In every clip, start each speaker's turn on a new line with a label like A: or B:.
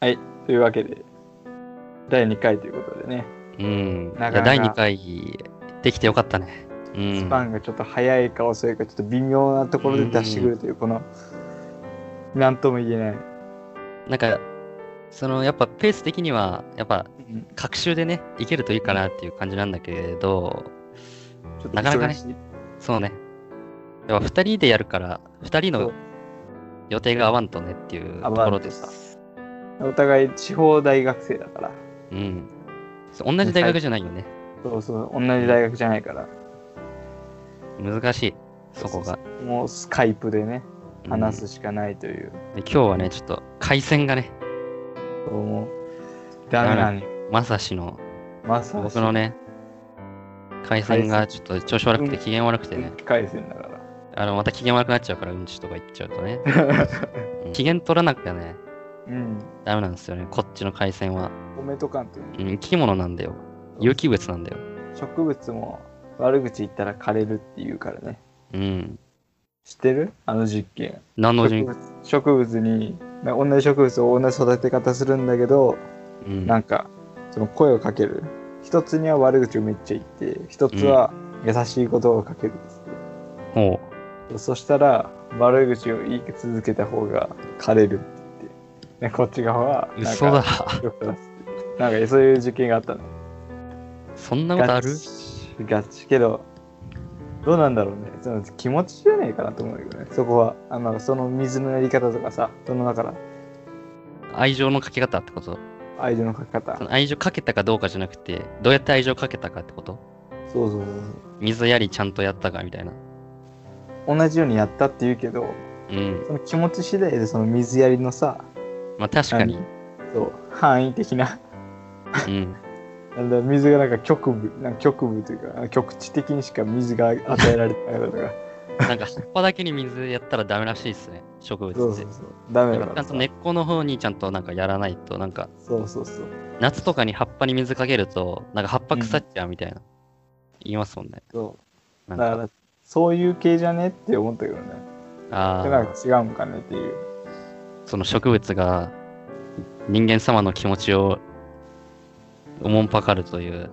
A: はい。というわけで、第2回ということでね、
B: うん。
A: ないかなか
B: や第2回、できてよかったね。うん。
A: スパンがちょっと早いか遅いか、ちょっと微妙なところで出してくるという、この、なんとも言えない。
B: なんか、その、やっぱペース的には、やっぱ、隔週でね、いけるといいかなっていう感じなんだけれど、
A: ちょっと
B: なかなかね
A: 忙しい
B: そうね。やっぱ2人でやるから、2人
A: そ
B: の
A: う
B: 予定が合わんとねっていう
A: 合わ
B: と
A: ん
B: ころでさ。
A: お互い地方大学生だから、
B: うん。そう同じ大学じゃないよね。
A: そうそう、同じ大学じゃないから、
B: 難しい。そこが。
A: もうスカイプでね、
B: うん
A: 話すしかないという。
B: で今日はね、ちょっと、回線がね、
A: もう、ダメなのよ
B: まさしの、
A: まさ
B: 僕のね、回線がちょっと調子悪くて
A: うん
B: 機嫌悪くて
A: に、
B: ね
A: 一、回戦だから。
B: あの、また機嫌悪くなっちゃうから、うんちとか言っちゃう とね、うん機嫌取らなきゃね、
A: うん。
B: ダメなんですよね、こっちの回線は。
A: 米とかんという
B: うん、生き物なんだよ。有機物なんだよ。
A: 植物も悪口言ったら枯れるって言うからね。
B: うん。
A: 知ってるあの実験。
B: 何の
A: 植
B: 順
A: 物植物に、な同じ植物を同じ育て方するんだけど、
B: うん。
A: なんか、その声をかける。一つには悪口をめっちゃ言って、一つは優しい言葉をかけるんですって
B: ほ
A: そしたら、悪口を言い続けた方が枯れるって言って。ね、こっち側は
B: う。
A: なん
B: 嘘だ
A: か、。よく出すってなんかそういう実験があったの。
B: そんなことあ
A: ガ
B: る
A: チガチけどどうなんだろうねその気持ちじゃねえかなと思うけどねそこはあのその水のやり方とかさそのだから
B: 愛情のかけ方ってこと
A: 愛情のかけ方
B: その愛情かけたかどうかじゃなくて、どうやって愛情かけたかってこと
A: そうそう
B: 水やりちゃんとやったかみたいな。
A: そう同じようにやったって言うけど
B: うん。
A: その気持ち次第でその水やりのさ
B: まあ確かに。
A: そう範囲的な
B: うん。
A: なんだ水がなんか局部なんか局部というか局地的にしか水が与えられてないと か
B: なんか葉っぱだけに水やったらダメらしいっすね。植物って。
A: そうそうそうダメ
B: な
A: だ
B: ん
A: か
B: からちゃんと根っこの方にちゃんとなんかやらないと、なんか
A: そうそうそう
B: 夏とかに葉っぱに水かけると、なんか葉っぱ腐っちゃうみたいな。言いますもんね。
A: そう
B: な
A: だ
B: ん
A: か
B: か。
A: らそういう系じゃねって思ったけどね
B: あ
A: でなんか
B: あ、
A: 違うんかねっていう
B: その植物が人間様の気持ちをおもんぱかるという。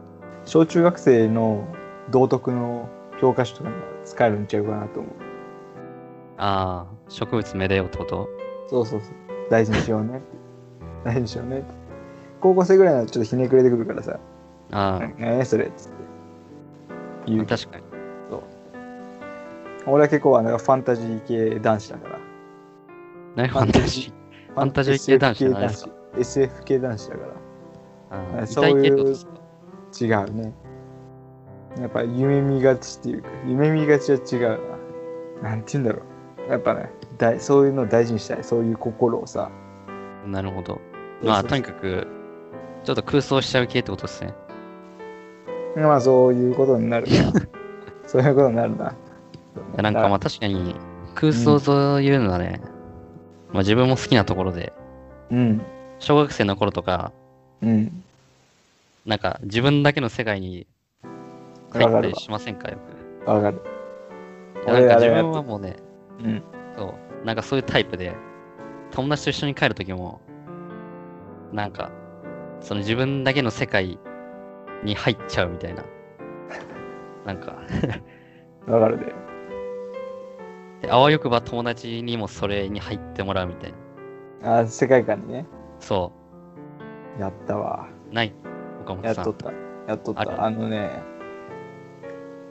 A: 小中学生の道徳の教科書とかに使えるんちゃうかなと思う
B: ああ、植物めでようってこと
A: そうそうそう大事にしようね大事にしようねって高校生ぐらいならちょっとひねくれてくるからさ「
B: ああ、
A: 何それ」っつって言うけど
B: 確かに。
A: 俺は結構あのファンタジー系男子だから
B: ナイファンタジ
A: フ
B: ァンタジー系男子じゃないですか
A: SF 系男子だか
B: ー。あ
A: は
B: あ
A: いそういう
B: 痛い系ってことですから
A: 違うねやっぱ夢見がちっていうか夢見がちは違うななんて言うんだろうやっぱねだいそういうのを大事にしたいそういう心をさ
B: なるほど。まあ、とにかく、ちょっと空想しちゃう系ってことですね。
A: まあそういうことになる な。そういうことになるな。
B: いやなんかまあ確かに、空想というのはね、まあ自分も好きなところで、
A: うん。
B: 小学生の頃とか、
A: うん。
B: なんか自分だけの世界に入ったりしませんかよく。
A: わかる。
B: なんか
A: あれ
B: 自
A: やって
B: 分はもうね、
A: うん。
B: そう、なんかそういうタイプで、友達と一緒に帰るときも、なんか、その自分だけの世界に入っちゃうみたいな。なんか、
A: わかるで。
B: であわよくば友達にもそれに入ってもらうみたいな。
A: あ、世界観にね。
B: そ
A: やったわ。
B: う、ない、岡
A: や
B: 本
A: っ
B: さ
A: とっ
B: ん。
A: た。やっとっ
B: ある
A: た。あのね。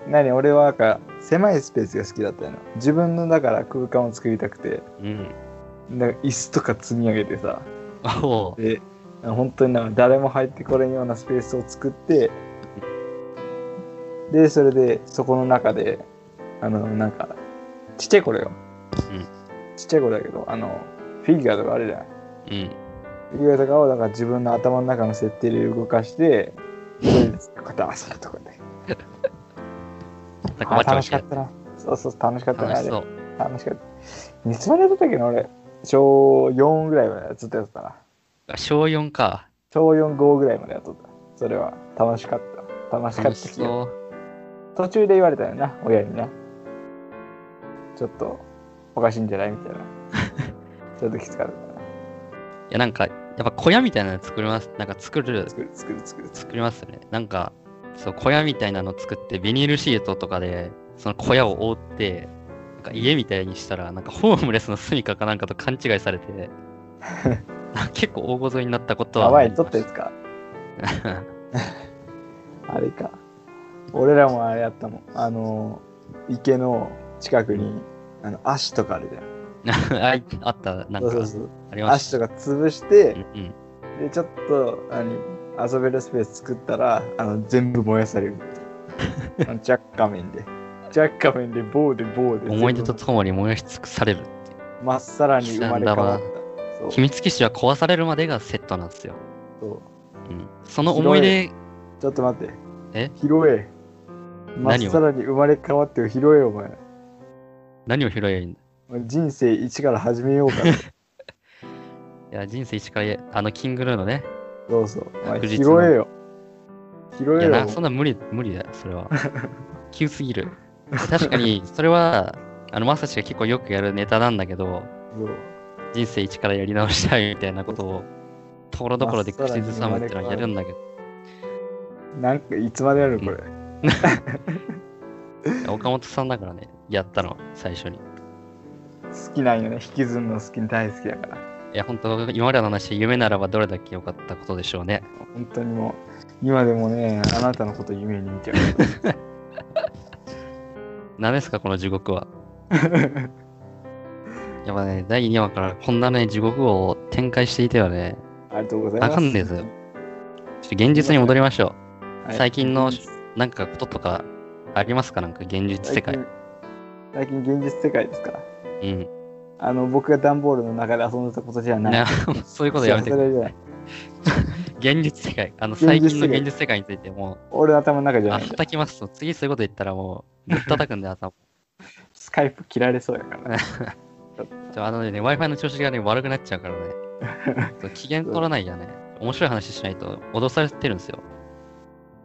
A: 何俺はなんか狭いスペースが好きだったよな。自分のだから空間を作りたくて、
B: うん。
A: なんか椅子とか積み上げてさ。
B: おう
A: で、本当になんか誰も入ってこれんようなスペースを作って、で、それで、そこの中で、あの、なんか、ちっちゃい頃よ。
B: うん
A: ちっちゃい頃だけど、あの、フィギュアとかあるじゃん。
B: うん。
A: フィギュアとかを、なんか自分の頭の中の設定で動かして、それで、ガターッと かね。
B: なんか
A: あ
B: わちゃ
A: 楽
B: わ
A: し
B: ち
A: か
B: ゃ
A: ったな。そうそう、楽しかったな、
B: 楽
A: あ
B: し
A: れ
B: そ。う。
A: 楽しかった。いつまでやってたっけな、俺。小4ぐらいまでずっとやってたな。
B: 小4か。
A: 小4、5ぐらいまでやっとった。それは楽しかった。楽しかっ
B: 楽
A: た
B: し
A: 気が
B: そう。
A: 途中で言われたよな、親にな。ちょっ とおかしいんじゃないみたいな。ちょっときつかったない
B: や、なんか、やっぱ小屋みたいなの作ります、なんか作る、
A: 作る作る作る作
B: 作りますね。なんか、そう、小屋みたいなの作って、ビニールシートとかで、その小屋を覆って、なんか家みたいにしたら、なんかホームレスの住みかかなんかと勘違いされて、結構大ごとになったこ
A: る。
B: とは。
A: やばい、撮 ったやつか。あれか。俺らもあれやったもん。あの、池の近くに、あの、足とかあるじゃん。
B: あいあった、なん
A: そうそ
B: か
A: うそう。
B: ありまし
A: 足とか潰して、
B: た。うんうん
A: で、ちょっと、何、遊べるスペース作ったら、あの、全部燃や される。あのジャッカメンで。ジャッカメンで棒で棒で。
B: 思い出と
A: 全
B: ともに燃やし尽くされる。
A: 部まっさらに生まれ変わった。そう
B: 秘密基地は壊されるまでがセットなんですよ。
A: そう。
B: うん、その思い出、
A: ちょっと待って。
B: え
A: 拾え。まっ
B: 何を
A: さらに生まれ変わってを拾えよ、お前。
B: 何を拾えばいいんだ
A: 人生一から始めようか な。
B: いや、人生一からや、あの、キングルーのね。
A: そうそう。お前
B: 確
A: 拾
B: 実な
A: えよ。拾
B: い
A: え
B: や
A: よ。
B: な、そんな無理、無理だよ、それは。急すぎる。確かに、それは、あの、まさしが結構よくやるネタなんだけど、
A: そう
B: 人生一からやり直したいみたいなことを、ところどころで口ずさむってのはやるんだけど
A: なんか、いつまでやるのこれ。
B: いや、岡本さんだからね、やったの、最初に。
A: 好きなんよね。引きずるの好き大好きだから。
B: いや、本当今までの話、夢ならばどれだけ良かったことでしょうね。
A: 本当にもう、今でもね、あなたのこと夢に見ちゃう。
B: 何ですか、この地獄は。やっぱね、第2話からこんなね、地獄を展開していてはね、
A: ありがとうございます。
B: あかんですよちょっと現実に戻りましょ
A: はい
B: 最近のう。なんかこととかありますかなんか現実世界。。
A: 最近最近現実世界ですから。
B: うん。
A: あの、僕が段ボールの中で遊んでたことじゃない。
B: ね そういうことやめてく
A: そ
B: れ。
A: れじゃない
B: 現実世界。あの、
A: 現実世界
B: 最近の現実世界についても
A: 俺の頭の中じ
B: う、
A: ゃ
B: あ、
A: ない。
B: 叩きますと、次そういうこと言ったらもう、ぶったたくんで、朝。
A: スカイプ切られそうやから。
B: ちょあのね、Wi-Fi の調子がね、悪くなっちゃうからね。 そう機嫌取らないやね。面白い話しないと、脅されてるんですよ。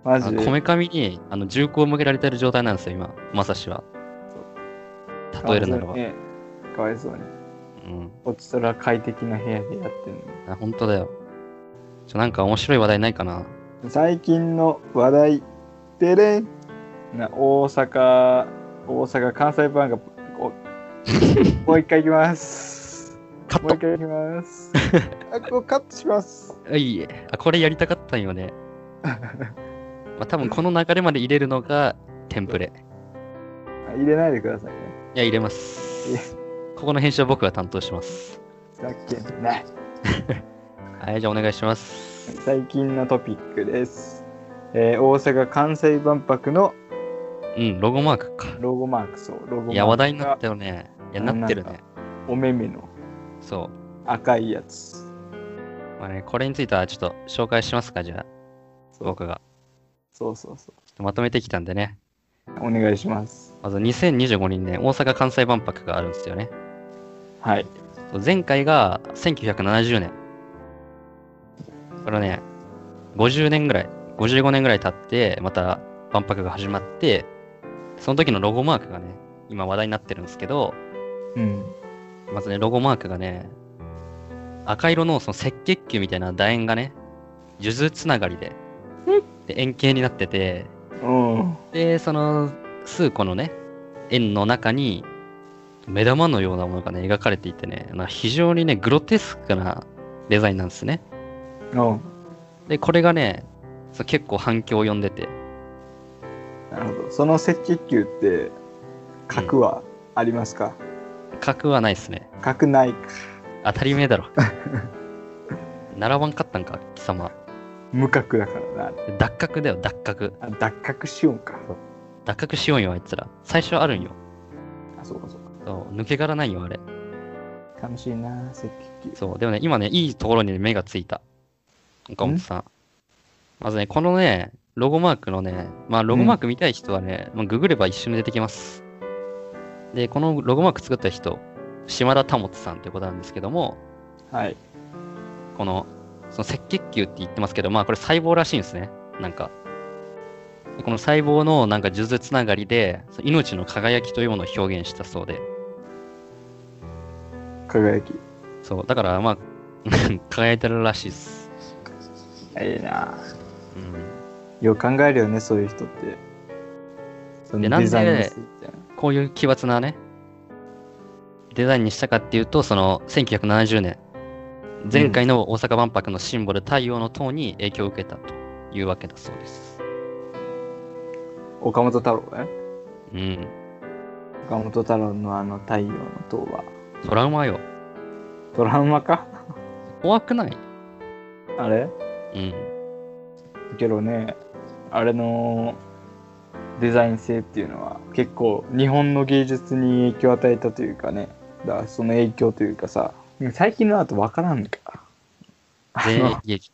A: マ
B: あ
A: ジ
B: の
A: で。
B: こめかみにあの銃口を向けられてる状態なんですよ、今、まさしは。例えるならば。
A: ねかわいそうに。
B: うん
A: こっちとら快適な部屋でやってるの
B: あ。本当だよ。ちょ、なんか面白い話題ないかな。
A: に。最近の話題、てれんな大阪、大阪、関西版が、 おもう一回行きます。
B: カ
A: もう
B: ッ
A: 一回行きます。あ、こうカットします。
B: トいいあ、これやりたかったん よね。まあ、多分この流れまで入れるのがテンプレ。
A: あ入れないでくださいね。
B: いや、入れます。ここの編集は僕が担当します。
A: だっけね。
B: はい、じゃあお願いします。
A: 最近のトピックです。えー大阪・関西万博の
B: うん、ロゴマークか。
A: ロゴマーク、そう、ロゴマークが
B: いや、話題になったよね。いや、
A: あ
B: なってる
A: な
B: ね。
A: お目目の
B: そ
A: 赤いやつ。
B: う。まあね、これについてはちょっと紹介しますか、じゃあ。
A: そう
B: 僕が。
A: そうそうそ
B: ちょっとまとめてきたんでね。
A: う。お願いします。
B: まず2025年ね、大阪・関西万博があるんですよね。
A: はい。
B: そう前回が1970年。これね、50年ぐらい、55年ぐらい経って、また万博が始まって、その時のロゴマークがね、今話題になってるんですけど、
A: うん。
B: まずね、ロゴマークがね、赤色のその赤血球みたいな楕円がね、数珠つながりで、で円形になってて、
A: うん。
B: で、その数個のね、円の中に、目玉のようなものがね、描かれていてね、まあ非常にね、グロテスクなデザインなんですね。
A: うん。
B: で、これがね、そう結構反響を呼んでて、
A: なるほど。その赤血球って、核はありますか、
B: 格はないですね。
A: 核ないか。
B: 当たり前だろ。並ばんかったんか、貴様。
A: 無核だからな。
B: 脱角だよ、脱角。
A: あ脱核しようか。
B: 脱角しようよ、あいつら。最初あるんよ。
A: あ、そうかそうか。
B: そう抜け殻ないよ、あれ。
A: 楽しいな、赤血球。
B: そう、でもね、今ね、いいところに目がついた。岡本さん。まずね、このね、ロゴマークのね、まあ、ロゴマーク見たい人はね、まあ、ググれば一瞬で出てきます。で、このロゴマーク作った人、島田保さんということなんですけども、
A: はい。
B: この、その赤血球って言ってますけど、まあ、これ細胞らしいんですね。なんか。でこの細胞のなんか数珠つながりで、その命の輝きというものを表現したそうで、
A: 輝き。
B: そう、だからまあ、 輝いてるらしいっす。
A: いいな
B: うん。
A: よく考えるよねそういう人ってそ
B: でなんで
A: について
B: こういう奇抜なね、デザインにしたかっていうと、その、1970年、前回の大阪万博のシンボル太陽の塔に影響を受けたというわけだそうです。
A: 岡本太郎ね
B: うん。
A: 岡本太郎のあの太陽の塔は
B: トラウマよ。
A: トラウマか
B: 怖くない
A: あれ
B: うん。
A: けどねあれのデザイン性っていうのは結構日本の芸術に影響を与えたというかねだからその影響というかさ最近のアート分からんのか あ
B: 全
A: の
B: 員劇。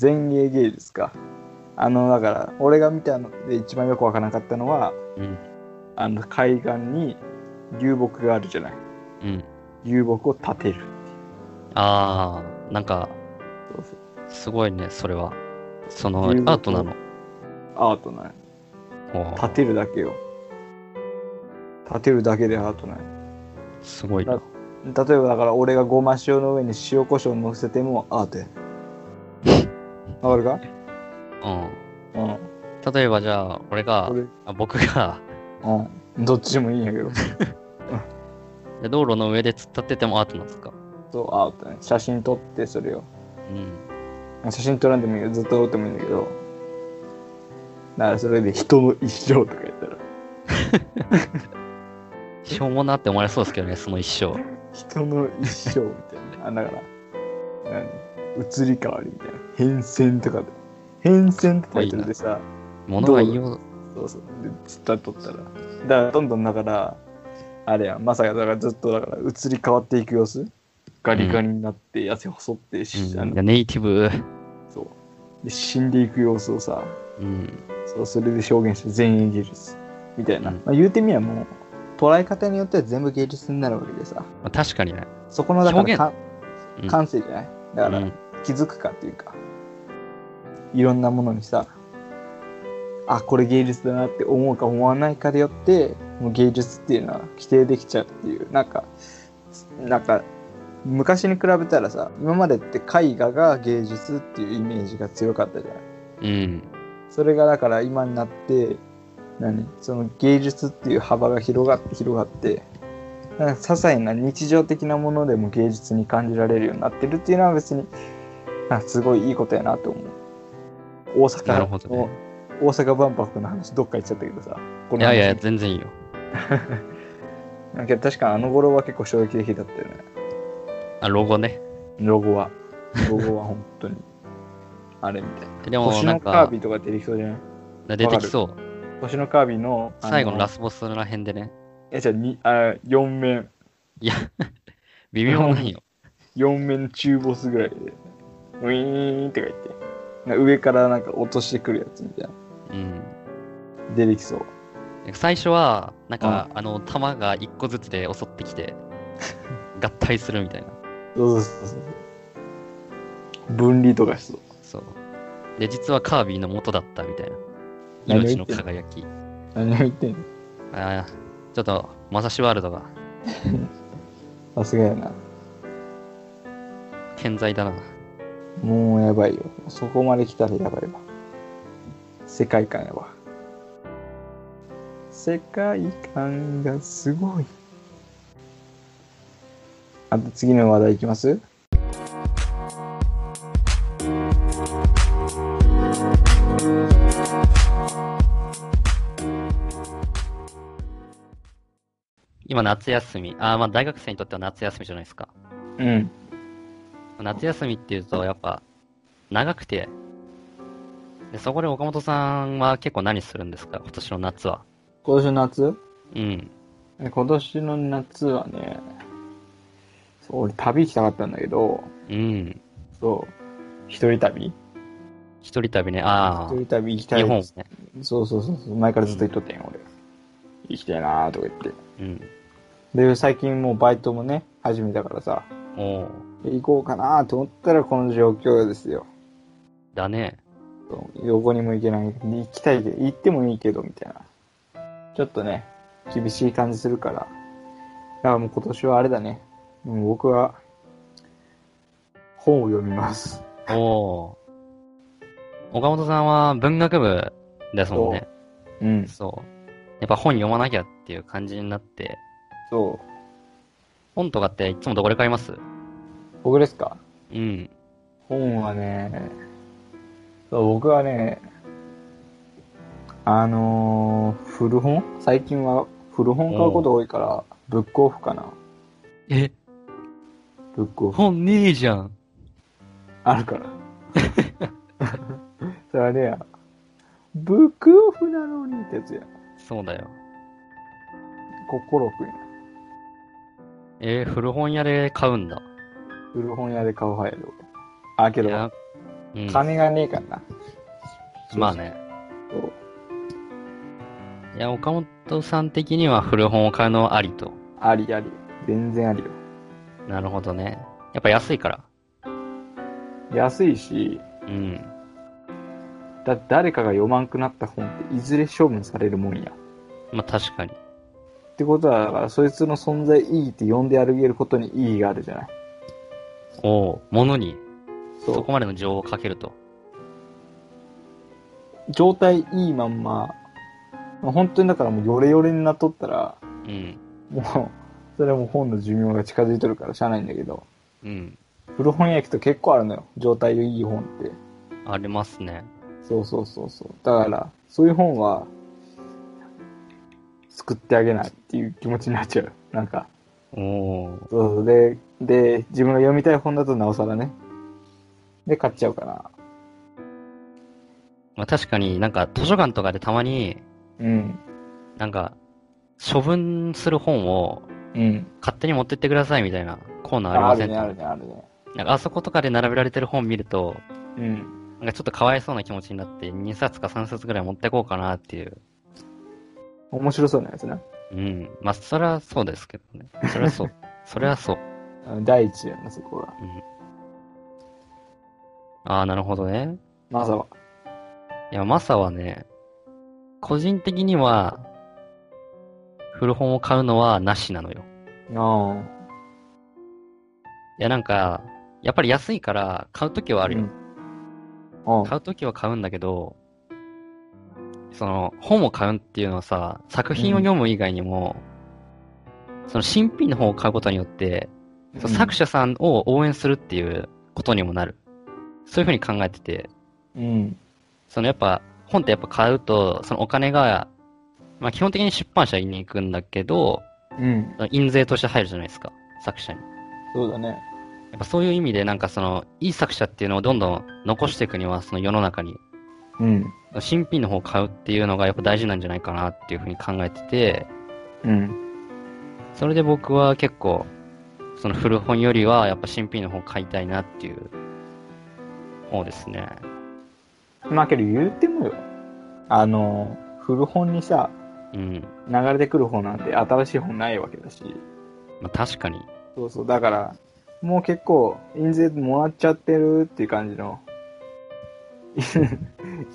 A: 前衛芸術かあのだから俺が見たので一番よく分からなかったのは
B: うん。
A: あの海岸に流木があるじゃない
B: うん。
A: 流木を立てる
B: あー、なんか、
A: そうそう
B: すごいね、それは。その、ア
A: 流木
B: ートなの。
A: アートない
B: おー
A: 立てるだけよ立てるだけでアートない
B: すごいな。
A: 例えばだから俺がごま塩の上に塩コショウ乗せてもアートやわかるか
B: うん。
A: うん
B: 例えばじゃあ、俺が、
A: 俺
B: あ僕が、
A: うんどっちでもいいんやけど
B: 道路の上で突っ立っててもアートなんですか
A: そうアートね写真撮ってそれを
B: うん。
A: 写真撮らんでもいいよずっと撮ってもいいんだけどだからそれで人の一生とか言ったら
B: しょうもなって思われそうですけどね、その一生。
A: 人の一生みたいな。あ、だから、何移り変わりみたいな。変遷とかで。変遷ってタイトルでさ、
B: 物が言いよう。
A: そうそう。で、つったとったら。だから、どんどんだから、あれやん、まさか、だからずっとだから、移り変わっていく様子ガリガリになって、痩せ細って、し
B: う
A: あ
B: ん、い
A: の
B: やネイティブ。
A: そうで死んでいく様子をさ、
B: うん。
A: そうそれで表現して全員芸術。みたいな。
B: うん
A: まあ、言うてみりゃもう、捉え方によっては全部芸術になるわけでさ。
B: まあ確かにね。
A: そこの、だか
B: 表
A: ら
B: 現
A: か
B: うん
A: 感性じゃない。だから、
B: うん
A: 気づくかっていうかいろんなものにさあこれ芸術だなって思うか思わないかでよってもう芸術っていうのは規定できちゃうっていうなんかなんか昔に比べたらさ今までって絵画が芸術っていうイメージが強かったじゃない
B: うん。
A: それがだから今になって何その芸術っていう幅が広がって広がってなんか些細な日常的なものでも芸術に感じられるようになってるっていうのは別になんかすごいいいことやなと思う大
B: な
A: 阪
B: るほど
A: の、
B: ね
A: 大阪万博の話どっか行っちゃったけどさこ
B: い
A: の
B: や
A: 話
B: いや、全然いいよ。
A: なんか確かあの頃は結構衝撃的だったよね
B: あ、ロゴね。
A: ロゴ はロゴは本当にあれみたいな
B: でも、
A: 星
B: な
A: の
B: ん
A: カー
B: か
A: ビ、ィとか出てきそうじゃない
B: 出てきそう。
A: 星のカービィのあの
B: 最後のラスボスら辺でね。
A: えじゃあにあ4面
B: いや、微妙なんよ。
A: 4面中ボスぐらいで、ウィーンって書いて、なんか上からなんか落としてくるやつみたい
B: うん。
A: な。出てきそう。
B: 最初は、なんか、あの、弾が一個ずつで襲ってき て、合体するみたいな。
A: そうそうそうそう。分離とかしそう。
B: そう。で、実はカービィの元だったみたいな。
A: 何を
B: 命
A: 言
B: の
A: ってんの
B: 輝き。
A: 何を言ってんの
B: ああ、ちょっと、マサシワールドが
A: さすがやな。
B: 健在だな。
A: もうやばいよ。そこまで来たらやばいわ。世界観やわ。世界観がすごい。あと次の話題いきます
B: 今、夏休み。ああ、まあ、大学生にとっては夏休みじゃないですか。
A: うん。
B: 夏休みっていうと、やっぱ、長くて。で、そこで岡本さんは結構何するんですか今年の夏は。
A: 今年の夏
B: うん。
A: え今年の夏はね、そう、俺旅行きたかったんだけど、
B: うん。
A: そう、一人旅
B: 一人旅ね。あ
A: 一人旅行き
B: あ、
A: たい。
B: 日本ね。
A: そうそうそうそう、前からずっと言っとったんよ、俺。行きたいなーとか言って。
B: うん。
A: で、最近もうバイトもね、始めたからさ、
B: おう
A: で行こうかなーと思ったらこの状況ですよ。
B: だね。
A: そうどこにも行けない。で行きたいけど、行ってもいいけど、みたいな。ちょっとね、厳しい感じするから。だからもう今年はあれだね。もう僕は、本を読みます。
B: おおー。岡本さんは文学部ですもんね。
A: うん、
B: そう。やっぱ本読まなきゃっていう感じになって、
A: そう。
B: 本とかっていつもどこで買います
A: 僕ですか
B: うん。
A: 本はね、そう僕はね、あのー古本最近は古本買うこと多いから、ブックオフかな。
B: え、
A: ブックオフ。
B: 本ねえじゃん。
A: あるから。それはね、ブックオフなのにってやつや。
B: そうだよ。
A: 心くんや。
B: えー古本屋で買うんだ。
A: 古本屋で買う派やで俺。あ、け
B: い
A: ど、
B: やうん。
A: 金がねえからな。
B: まあね。
A: そう。
B: いや、岡本さん的には古本を買うのはありと。
A: ありあり。全然ありよ。
B: なるほどね。やっぱ安いから。
A: 安いし、
B: うん。
A: だ誰かが読まんくなった本っていずれ処分されるもんや。
B: まあ確かに。
A: ってことは、だから、そいつの存在意義って呼んであげることに意義があるじゃない。
B: おお、ものに
A: そ
B: そうこ。までの情をかけると。
A: 状態いいまんま、本当にだからもうヨレヨレになっとったら、
B: うん。
A: もう、それはもう本の寿命が近づいとるからしゃあないんだけど、
B: うん。
A: 古本屋行くと結構あるのよ。状態いい本って。
B: ありますね。
A: そうそうそうそう。だから、そういう本は、救ってあげないっていう気持ちになっちゃう。なんか、
B: おお。
A: そうそう。で、で、自分が読みたい本だとなおさらね。で、買っちゃうかな。
B: まあ確かになんか図書館とかでたまに
A: うん。
B: なんか処分する本を
A: うん。
B: 勝手に持ってってくださいみたいなコーナーあり
A: あ
B: ま
A: あ
B: せ
A: る
B: ん
A: ね、
B: か
A: あるね、あるね。
B: なんかあそことかで並べられてる本見ると、
A: うん。
B: なんかちょっとかわいそうな気持ちになって2冊か3冊ぐらい持ってこうかなっていう。
A: 面白そうなやつな。
B: うん。まあそれはそうですけどね。それはそう。それはそう。
A: うん第一やな、そこが。
B: ああ、なるほどね。
A: マサは。
B: いや、マサはね、個人的には、古本を買うのはなしなのよ。
A: あ
B: いや、なんか、やっぱり安いから、買うときは
A: あ
B: あるよ。。
A: うん。
B: 買うときは買うんだけど、その、本を買うっていうのはさ、作品を読む以外にも、その新品の本を買うことによって、その作者さんを応援するっていうことにもなる。そういうふうに考えてて、
A: うん。
B: そのやっぱ、本ってやっぱ買うと、そのお金が、まあ基本的に出版社に行くんだけど、
A: うん。
B: 印税として入るじゃないですか、作者に。
A: そうだね。
B: やっぱそういう意味でなんかその、いい作者っていうのをどんどん残していくには、その世の中に、
A: うん。
B: 新品の方を買うっていうのがやっぱ大事なんじゃないかなっていうふうに考えてて、
A: うん。
B: それで僕は結構、その古本よりはやっぱ新品の方を買いたいなっていう方ですね。
A: まあけど言うてもよ。あの、古本にさ、
B: うん。
A: 流れてくる本なんて新しい本ないわけだし。
B: まあ確かに。
A: そうそう。だから、もう結構、印税もらっちゃってるっていう感じの。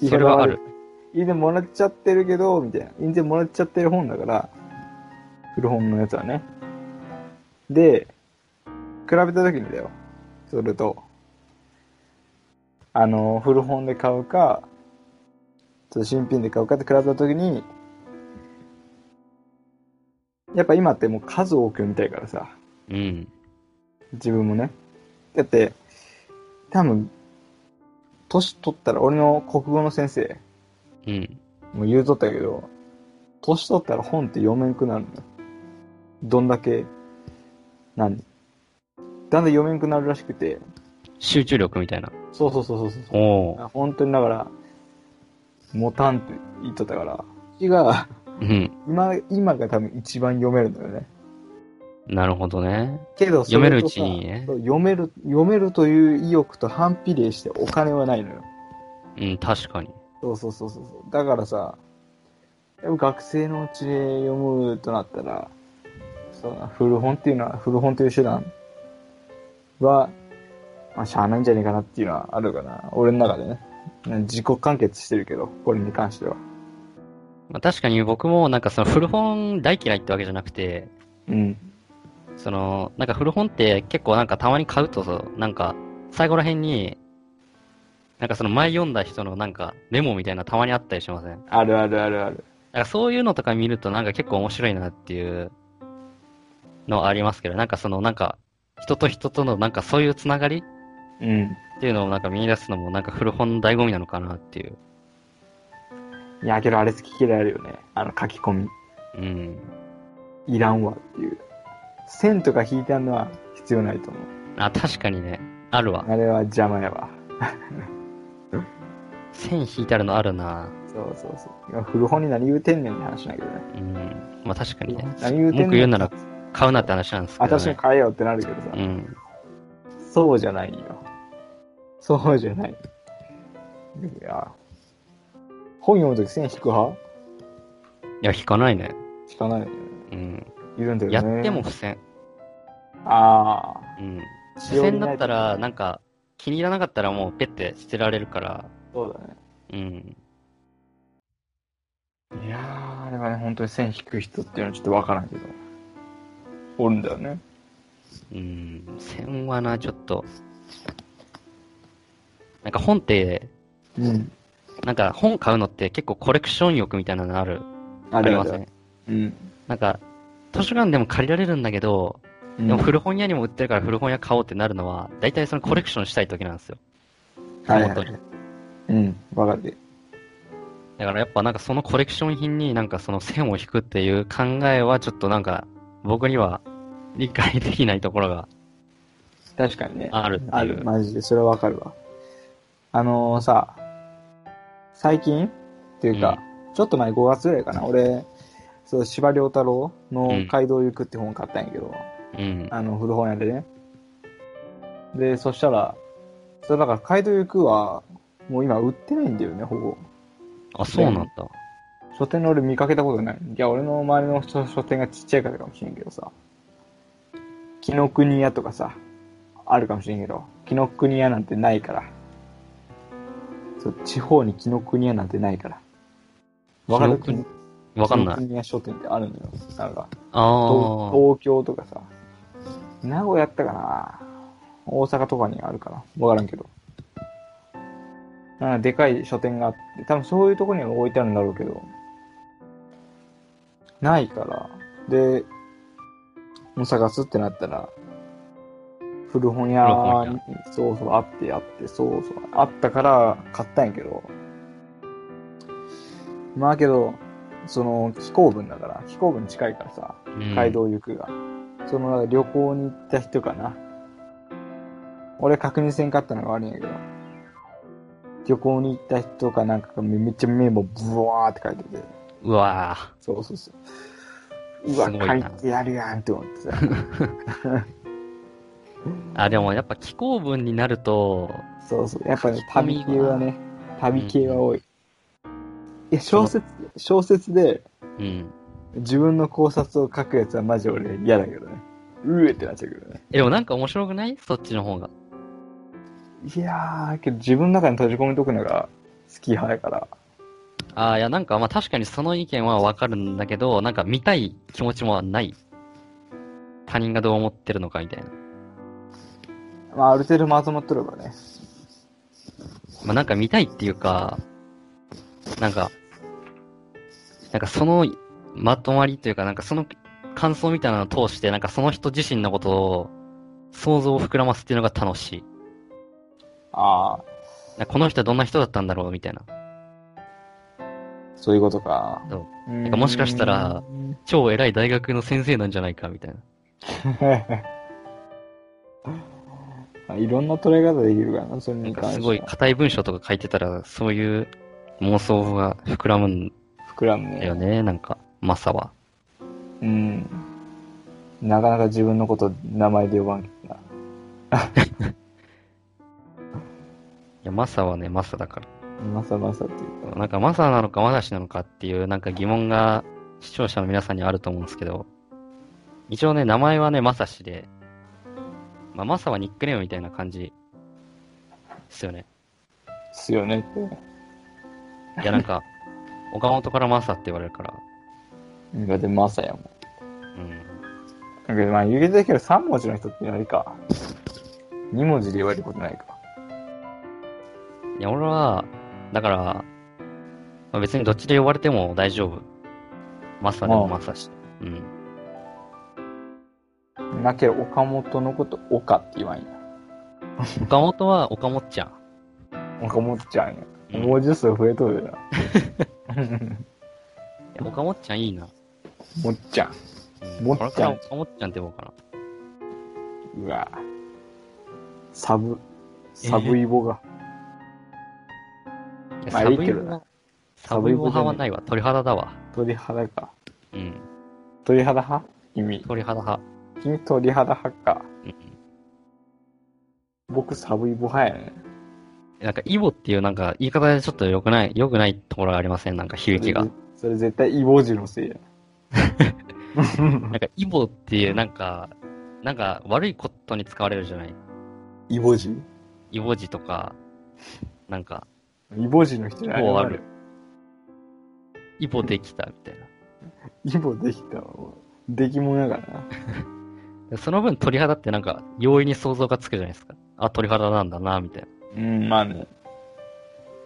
B: それはある。。
A: 印税もらっちゃってるけど、みたいな。印税もらっちゃってる本だから、古本のやつはね。で、比べた時にだよ。それと、あの、古本で買うか、ちょっと新品で買うかって比べた時に、やっぱ今ってもう数多く読みたいからさ、
B: うん。
A: 自分もね。だって、多分、年取ったら、俺の国語の先生、
B: うん。
A: もう言うとったけど、年取ったら本って読めんくなるのよ。どんだけ、何だんだん読めんくなるらしくて。
B: 集中力みたいな。
A: そうそうそうそうそう。
B: おお。
A: あ本当にだから、モタンって言っとったから。字が、
B: うん。
A: 今、今が多分一番読めるのよね。
B: なるほどね。
A: けど、そ
B: 読
A: れ
B: めるう
A: とさ
B: ちにね
A: そ。う読める、読めるという意欲と反比例してお金はないのよ。
B: うん、確かに。
A: そうそうそうそうそう。だからさ、でも学生のうちで読むとなったら、そうだ古本っていうのは、古本という手段は、まあ、しゃあないんじゃねえかなっていうのはあるかな。俺の中でね。自己完結してるけど、これに関しては。
B: まあ、確かに僕もなんかその古本大嫌いってわけじゃなくて、
A: うん。
B: その、なんか古本って結構なんかたまに買うとそう、なんか最後ら辺に、なんかその前読んだ人のなんかメモみたいなたまにあったりしません
A: あるあるあるある。
B: なんかそういうのとか見るとなんか結構面白いなっていうのはありますけど、なんかそのなんか人と人とのなんかそういうつながり
A: うん。
B: っていうのをなんか見出すのもなんか古本の醍醐味なのかなっていう。
A: いや、けどあれ好き嫌いあるよね。あの書き込み。
B: うん。
A: いらんわっていう。線とか引いてあるのは必要ないと思う。
B: あ、確かにね。あるわ。
A: あれは邪魔やわ。
B: 線引いてあるのあるな
A: そうそうそういや。古本に何言うてんねんって話だけどね。
B: うん。まあ確かにね。
A: 何言うてんねん。
B: 文句言うなら買うなって話なんですけど、
A: 私に
B: ね。
A: 変えようってなるけどさ
B: う。ん。
A: そうじゃないよ。そうじゃない。いや。本読むとき線引く派
B: いや、引かないね。
A: 引かないよね。
B: うん。
A: いるんだよ
B: やっ
A: ね。
B: ても。付箋。
A: ああ。
B: うん。
A: し
B: 付
A: おり
B: 箋
A: ない
B: だったら、なんか、気に入らなかったらもうペッて捨てられるから、
A: そうだね。
B: うん。
A: いやー、あれはね、本当に線引く人っていうのはちょっとわからんけど。おるんだよね。
B: うん。線はな、ちょっと。なんか本って、
A: うん。
B: なんか本買うのって結構コレクション欲みたいなのある。
A: あ
B: あり
A: れ
B: ま
A: は
B: せん。
A: うん。
B: なんか、図書館でも借りられるんだけど、
A: で
B: でも古本屋にも売ってるから古本屋買おうってなるのは、大体そのコレクションしたい時なんですよ。
A: はい
B: 手
A: は
B: 元に
A: い。うん、わかる。
B: だからやっぱなんかそのコレクション品になんかその線を引くっていう考えはちょっとなんか、僕には理解できないとこ ろが
A: 確かにね。
B: あるっていう。
A: ある、マジで。それはわかるわ。あのーさ、最近っていうか、ちょっと前5月ぐらいかな、俺、そう、司馬遼太郎
B: う
A: の
B: ん
A: 街道行くって本買ったんやけど、
B: うん。
A: あの、古本屋でね。で、そしたら、それだから街道行くは、もう今売ってないんだよね、ほぼ。
B: あ、そうなんだ。
A: 書店の俺見かけたことない。いや、俺の周りの書書店がちっちゃいからかもしれんけどさ。紀ノ国屋とかさ、あるかもしれんけど、紀ノ国屋なんてないから。そう、地方に紀ノ国屋なんてないから。わかる
B: 紀ノわかんな
A: 紀ノ
B: い。
A: 国屋書店ってあるのよ。なんか、
B: あ
A: 東
B: あ。
A: 東京とかさ、名古屋やったかな大阪とかにあるかなわからんけど。なんかでかい書店があって、多分そういうとこには置いてあるんだろうけど、ないから、で、もう探すってなったら、古本屋
B: 古本屋
A: に、そうそう、あってあって、そうそう、あったから買ったんやけど、まあけど、その、気候文だから、気候文近いからさ、
B: うん
A: 街。道行くが、その旅行に行った人かな俺確認せんかったのが悪いんやけど旅行に行った人かなんかがめめっちゃメモブワーって書いてて
B: うわぁ。
A: そうそうそううわ
B: すごいな
A: 書いてやるやんって思 ってさ
B: あ、でもやっぱ気候文になると、
A: そうそうやっぱね
B: 書き込み
A: 旅
B: は
A: 系はね旅系は多い、いや小説小説で
B: うん。
A: 自分の考察を書くやつはマジ俺嫌だけどねうえってなっちゃうけどね
B: え、でもなんか面白くないそっちの方が。
A: いやー、けど自分の中に閉じ込めとくのが好き派やから。
B: ああ、いや、なんか、まあ確かにその意見はわかるんだけど、なんか見たい気持ちもない。他人がどう思ってるのかみたいな。
A: まあ、ある程度まとまっとればね。
B: まあなんか見たいっていうか、なんか、なんかそのまとまりというか、なんかその感想みたいなのを通して、なんかその人自身のことを想像を膨らますっていうのが楽しい。
A: ああ、
B: なんかこの人はどんな人だったんだろうみたいな。
A: そういうことか。
B: そう
A: うーん
B: てかもしかし たら。超偉い大学の先生なんじゃないかみたいな。
A: あいろんな捉え方できるからな、それ
B: なん
A: に関
B: か
A: しては。
B: すごい硬い文章とか書いてたら、そういう妄想が膨らむん
A: 膨らむね。
B: だよね、なんか、マサは。
A: うん。なかなか自分のこと名前で呼ばんけどな。
B: いや、マサはね、マサだから。
A: まさまさっていうか。
B: なんかマサなのかマダシなのかっていうなんか疑問が視聴者の皆さんにはあると思うんですけど、一応ね、名前はね、マサシで、まあ、マサはニックネームみたいな感じですよね。
A: すよねって。
B: いや、なんか、岡本からマサって言われるから、
A: うんだってまさやもん。
B: うん。
A: だけどまあ、言うてたけど3文字の人ってあれか。 2文字で言われることないか。
B: いや、俺は、だから、まあ、別にどっちで呼ばれても大丈夫。マサでもマサし。うん。
A: なければ岡本のこと岡って言わんや。
B: 岡本は岡本ちゃん。
A: 岡本ちゃんや。
B: うん
A: 文字数増えとるよな。
B: いや岡本ちゃんいいな。
A: もっちゃん。
B: うん、
A: もっちゃん
B: これから岡本ちゃんって呼ぼうかな。
A: うわサブ、サブイボが。ま
B: いや
A: あ
B: サブイボ
A: いいけどな
B: はサブイボ派はないわ。鳥肌だわ。
A: 鳥肌か。
B: うん。
A: 鳥肌派君。
B: 鳥肌派。
A: 君鳥肌派か。
B: うん
A: 僕サブイボ派やね。
B: なんか、イボっていうなんか、言い方でちょっと良くない、良くないところがありませんなんか、響きが。
A: それ絶対イボジのせい や。
B: なんか、イボっていうなんか、なんか、悪いことに使われるじゃない
A: イボジ
B: イボジとか、なんか、
A: イボジの人に謝れ
B: もうある。イボできたみたい
A: イボできたわ。できもんやからな。
B: な。その分鳥肌ってなんか、容易に想像がつくじゃないですか。あ、鳥肌なんだな、みたいな。
A: うん、まあね。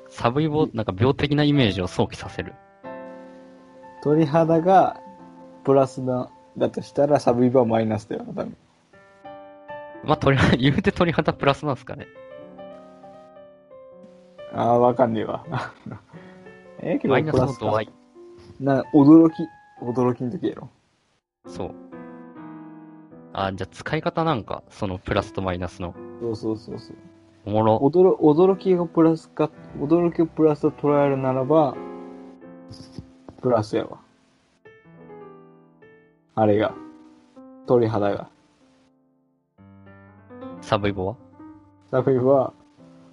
B: サブイボ、なんか病的なイメージを想起させる。
A: 鳥肌がプラスだだとしたらサブイボはマイナスだよな、多分。
B: まあ、鳥肌、言うて鳥肌プラスなんですかね。
A: ああ、わかんねえわ。 ええけど
B: マイナ
A: プ
B: ス
A: ラ
B: の
A: ス
B: 度合
A: か。
B: い。
A: な、驚き、驚きの時やろ。
B: そう。あ、じゃあ使い方なんか、そのプラスとマイナスの。
A: そうそうそうそう。
B: おもろ。
A: 驚驚きがプラスか、驚きをプラスと捉えるならば、プラスやわ。あれが、鳥肌が。
B: サブイボは
A: サブイボは、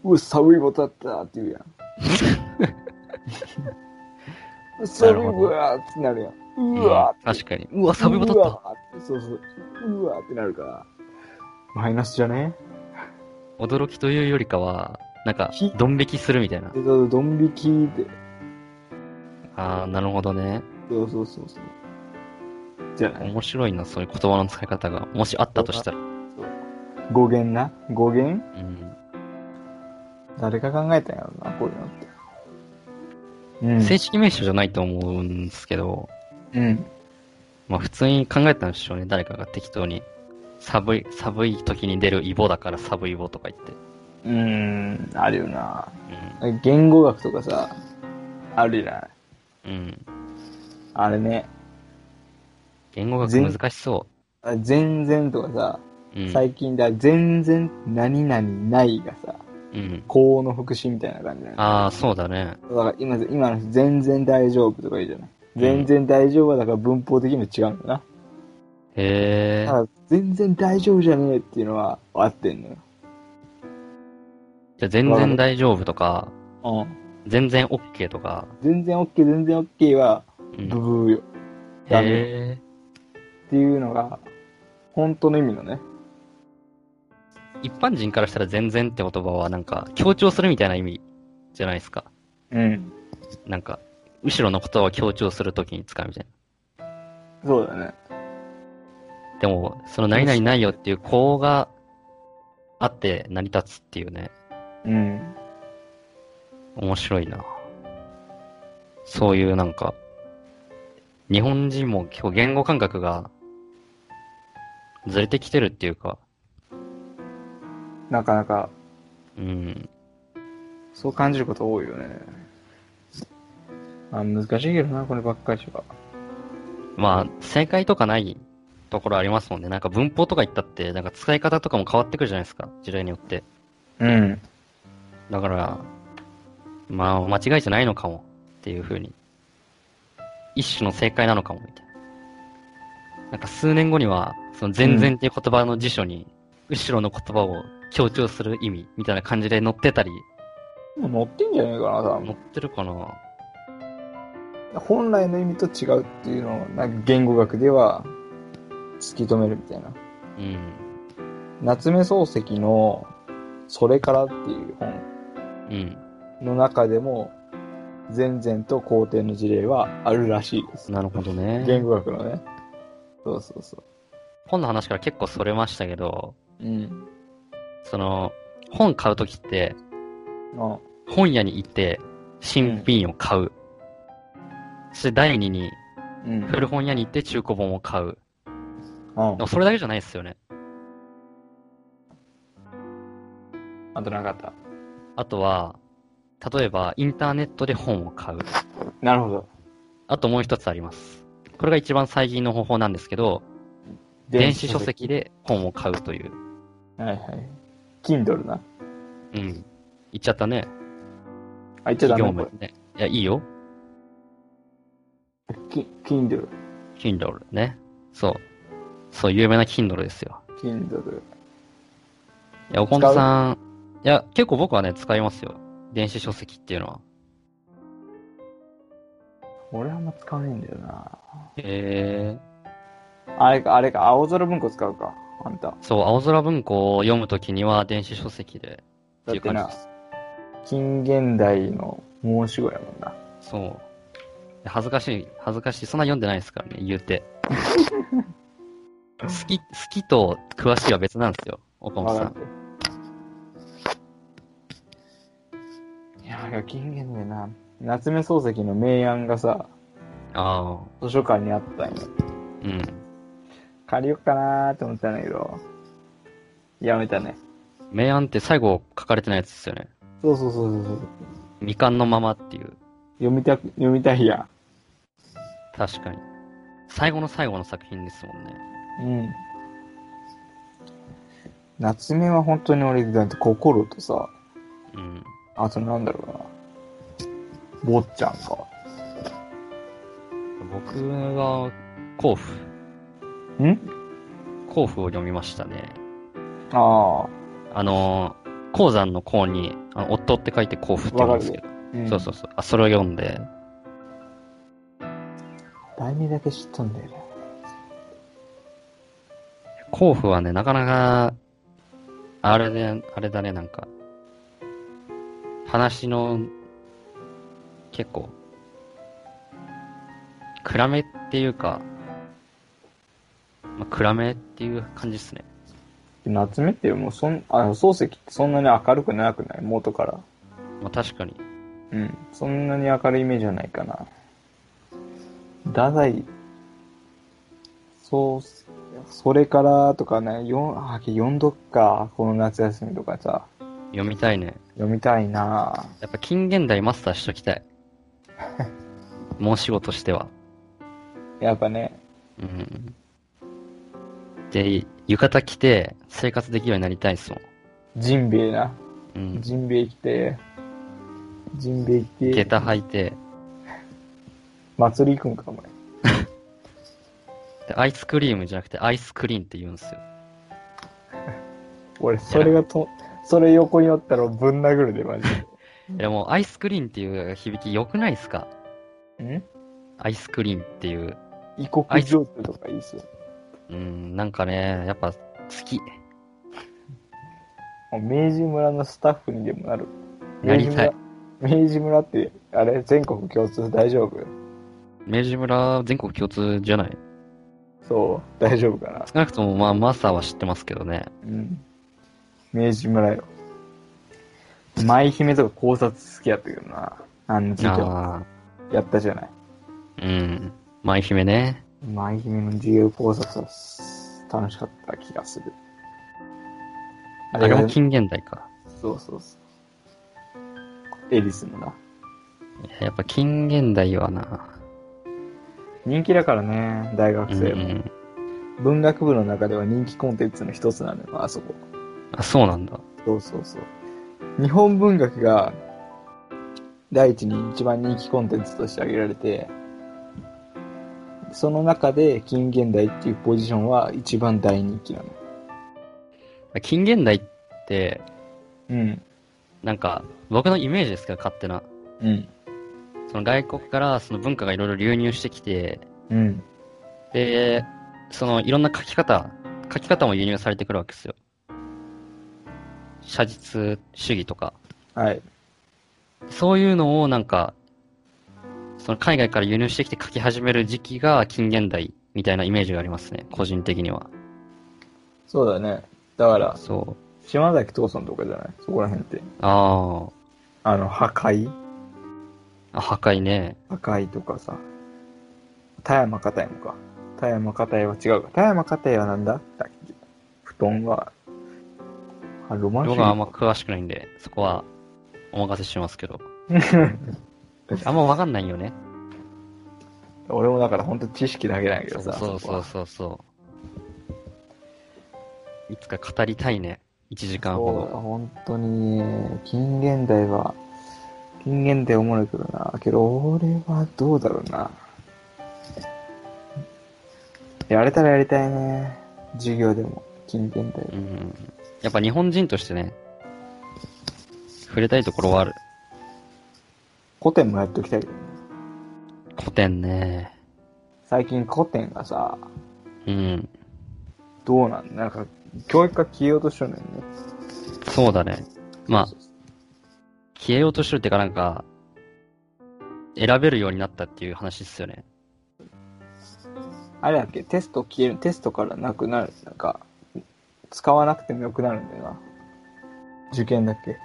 A: うっ、寒いボだったって言うやん。 うっ寒いボやってなるやん。うわー
B: うん
A: っ
B: 確
A: て。
B: かに。うわ、サブイボだった。
A: た。そうそう。うわーってなるから。マイナスじゃね
B: 驚きというよりかは、なんか
A: ひ、
B: ドン引きするみたいな
A: で、。だからドン引きで。
B: ああ、なるほどね。
A: そうそうそうそう。じゃない。
B: 面白いな、そういう言葉の使い方が。もしあったとしたら。
A: 語源な。語源
B: うん。
A: 誰が考えたんやろな、こういうのって。うん。
B: 正式名称じゃないと思うんですけど、
A: うん。
B: まあ普通に考えたんでしょうね、誰かが適当に。寒い、寒い時に出るイボだからサブイボとか言って。
A: うーん、あるよな。
B: うん。
A: 言語学とかさ、あるじゃない。
B: うん。
A: あれね。
B: 言語学
A: 全
B: 難しそ
A: あ全然とかさ、
B: う。うん。
A: 最近だ、全然何々ないがさ、
B: うん。
A: 高音の副詞みたいな感じだよね。
B: ああ、そうだね。
A: だから今、今の全然大丈夫とかいいじゃない。全然大丈夫はだから文法的にも違うんだな。
B: へえ
A: た。だ、全然大丈夫じゃねえっていうのは合ってんのよ。
B: じゃあ全然大丈夫とか、
A: うん。
B: 全然 OK とか。
A: 全然 OK、全然 OK は、
B: うん
A: ブブーよ。
B: へ
A: ダメ
B: え。
A: っていうのが、本当の意味のね。
B: 一般人からしたら全然って言葉はなんか強調するみたいな意味じゃないですか。
A: うん。
B: なんか、後ろの言葉を強調するときに使うみたい
A: そうだね。
B: な。でも、その何々ないよっていう項があって成り立つっていうね、
A: うん。
B: 面白いな。そういうなんか、日本人も結構言語感覚がずれてきてるっていうか、
A: なかなか、
B: うん、
A: そう感じること多いよね。まあ、難しいけどな、こればっかりは。
B: まあ、正解とかないところありますもんね。なんか文法とか言ったって、なんか使い方とかも変わってくるじゃないですか、時代によって。
A: うん。
B: だから、まあ、間違いじゃないのかもっていうふうに。一種の正解なのかもみたいな。なんか数年後には、その全然っていう言葉の辞書に、後ろの言葉を強調する意味みたいな感じで載ってたり、
A: もう乗ってんじゃねえかな、多
B: 載ってるかな
A: 分。本来の意味と違うっていうのを、なんか言語学では、突き止めるみたいな。
B: うん。
A: 夏目漱石の、それからっていう本
B: うん。
A: の中でも、全然と皇帝の事例はあるらしいです。
B: なるほど
A: 言
B: ね。
A: 語学のね。そうそうそ
B: 本の話から結構それましたけど、
A: う。うん。
B: その、本買うときって、
A: あ
B: 本屋に行って、新品を買う。そして第二に、
A: うん。
B: 古本屋に行って中古本を買う。
A: うん
B: でもそれだけじゃないですよね。
A: あとなかった。
B: あとは、例えば、インターネットで本を買う。
A: なるほど。
B: あともう一つあります。これが一番最近の方法なんですけど、電子書籍で本を買うという。
A: はいはい。Kindle な。
B: うん。言っちゃったね。
A: あ、言っちゃダ
B: 業
A: メこ
B: 務ね。いや、いいよ。
A: れ。き Kindle。
B: Kindle ね。そう。そう、有名な Kindle ですよ。
A: Kindle。
B: いや、おこんとさん、いや、結構僕はね、使いますよ。電子書籍っていうのは。
A: 俺あんま使わねえんだよな。
B: え
A: あれか、あれか、青空文庫使うか。あんた。
B: そう、青空文庫を読むときには電子書籍で。
A: だってな
B: っていう感じです、
A: 近現代の申し子やもんな。
B: そう。恥ずかしい、恥ずかしい。そんな読んでないですからね、言 うて。好き、好きと詳しいは別なんですよ、おこん
A: わ
B: と
A: か
B: さ
A: っ
B: ん。
A: ていや、あれは近現代な。夏目漱石の名案がさ、
B: ああ、
A: 図書館にあったんよ。
B: うん。
A: 借りよっかなーって思ったんだけど、やめたね。
B: 明暗って最後書かれてないやつですよね。
A: そうそうそうそうそう。
B: 未完のままっていう。
A: 読みたく、読みたいや
B: 確かに。最後の最後の作品ですもん
A: ん。
B: ね。
A: うん。夏目は本当に俺、だって心とさ、
B: うん。
A: あとなんだろうな。坊ちゃんか。
B: 僕は、甲府。
A: ん
B: 甲府を読みましたね。
A: ああ。
B: あのー、鉱山の鉱に、あの夫って書いて甲府って言うんですけど。
A: うん
B: そうそうそう。あ、それを読んで。
A: 題名だけ知っとんだよね。
B: 甲府はね、なかなか、あれで、あれだね、なんか、話の、結構、暗めっていうか、まあ、暗めっていう感じですね。
A: 夏目ってもうそん、あの、漱石ってそんなに明るくなくない元から。
B: まあ、確かに。
A: うん。そんなに明るいイメージじゃないかな。太宰、そう、それからとかね、よんあ、読んどっか、この夏休みとかさ、
B: 読みたいね。
A: 読みたいな
B: やっぱ近現代マスターしときたい。申し子としては。
A: やっぱね、
B: うん。で、浴衣着て生活できるようになりたいっすもん。
A: ジンベエな。
B: うん。
A: ジンベエ来て、ジンベエ来
B: 下
A: て、
B: 駄履いて、
A: 祭り行くんか、お前。
B: でアイスクリームじゃなくてアイスクリーンって言うんですよ。
A: 俺、それがと、それ横におったらぶん殴るで、マジ
B: いやもうアイスクリーンっていう響き良くないですか
A: で。ん
B: アイスクリーンっていう。
A: 異国情緒とかいいっすよ。
B: うん、なんかね、やっぱ好き。
A: もう明治村のスタッフにでもなる。
B: なりたい。
A: 明治村明治村って、あれ、全国共通大丈夫
B: 明治村全国共通じゃない
A: そう、大丈夫かな。
B: 少なくともまあマサは知ってますけどね。
A: うん。明治村よ。舞姫とか考察好きやったけどな。あの授業
B: あ
A: やったじゃない。
B: あ、うん。舞姫ね。
A: 舞姫の自由考察は楽しかった気がする。
B: あれも近現代か。
A: そうそうそう。エリスのな。
B: いややっぱ近現代はな。
A: 人気だからね、大学
B: うん、う
A: 生も。
B: ん。
A: 文学部の中では人気コンテンツの一つなのよ、あそこ。
B: あ、そうなんだ。
A: そうそうそう。日本文学が第一に一番人気コンテンツとして挙げられて、その中で近現代っていうポジションは一番大人気なの。
B: 近現代って、
A: うん。
B: なんか、僕のイメージですけど、勝手な。
A: うん。
B: その外国からその文化がいろいろ流入してきて、
A: うん。
B: で、そのいろんな書き方、書き方も輸入されてくるわけですよ。写実主義とか。
A: はい。
B: そういうのをなんか、その海外から輸入してきて書き始める時期が近現代みたいなイメージがありますね、個人的には。
A: そうだね。だから、
B: そ
A: 島崎藤村とかじゃないそこら辺って。
B: あ
A: あの、破壊
B: あ、破壊ね。
A: 破壊とかさ。田山片山か。田山片山は違うか。田山片山はなんだだっけ布団は。あ、ロマンシ
B: 僕はあんま詳しくないんで、そこはお任せします けど。
A: ー
B: あんまわかんないよね。
A: 俺もだから本当知識だけなんやけ
B: そ
A: どさ。
B: うそうそうそうそう。いつか語りたいね。1時間
A: そ
B: ほ
A: こはそう
B: ど。
A: 本当にね、近現代は、近現代おもろいけどな。けど俺はどうだろうな。やれたらやりたいね。授業でも、近現代
B: う。ん。やっぱ日本人としてね、触れたいところはある。
A: 古典もやっておきたいけどね。
B: 古典ね。
A: 最近古典がさ、
B: うん。
A: どうなんなんか、教育が消えようとしてるのよね。
B: そうだね。まあ
A: そう、そう
B: 消えようとしてるっていうかなんか、選べるようになったっていう話っすよね。
A: あれだっけテスト消える、テストからなくなる。なんか、使わなくてもよくなるんだよな。受験だっけ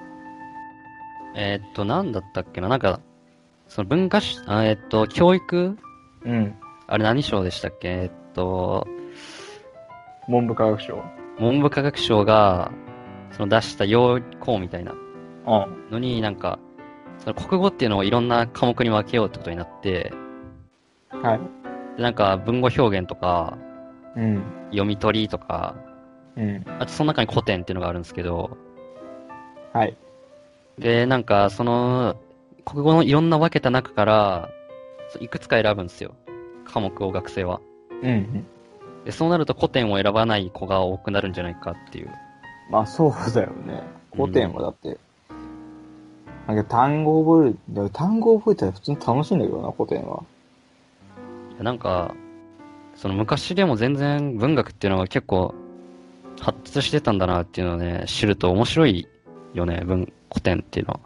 B: えーっと、なんだったっけななんか、その文化史、あえーっと、教育
A: うん。
B: あれ何賞でしたっけえーっと、
A: 文部科学省。
B: 文部科学省が、その出した要項みたいな
A: うん。
B: のになんか、その国語っていうのをいろんな科目に分けようってことになって、
A: はい。
B: でなんか文語表現とか、
A: うん。
B: 読み取りとか、
A: うん。
B: あとその中に古典っていうのがあるんですけど、
A: はい。
B: で、なんか、その、国語のいろんな分けた中から、そういくつか選ぶんですよ。科目を学生は。
A: うん。
B: で、そうなると古典を選ばない子が多くなるんじゃないかっていう。
A: まあそうだよね。古典はだって、なんか単語覚える、でも単語覚えたら普通に楽しいんだけどな、古典は。
B: いやなんか、その昔でも全然文学っていうのは結構発達してたんだなっていうのをね、知ると面白いよね、文、古典っていうのは。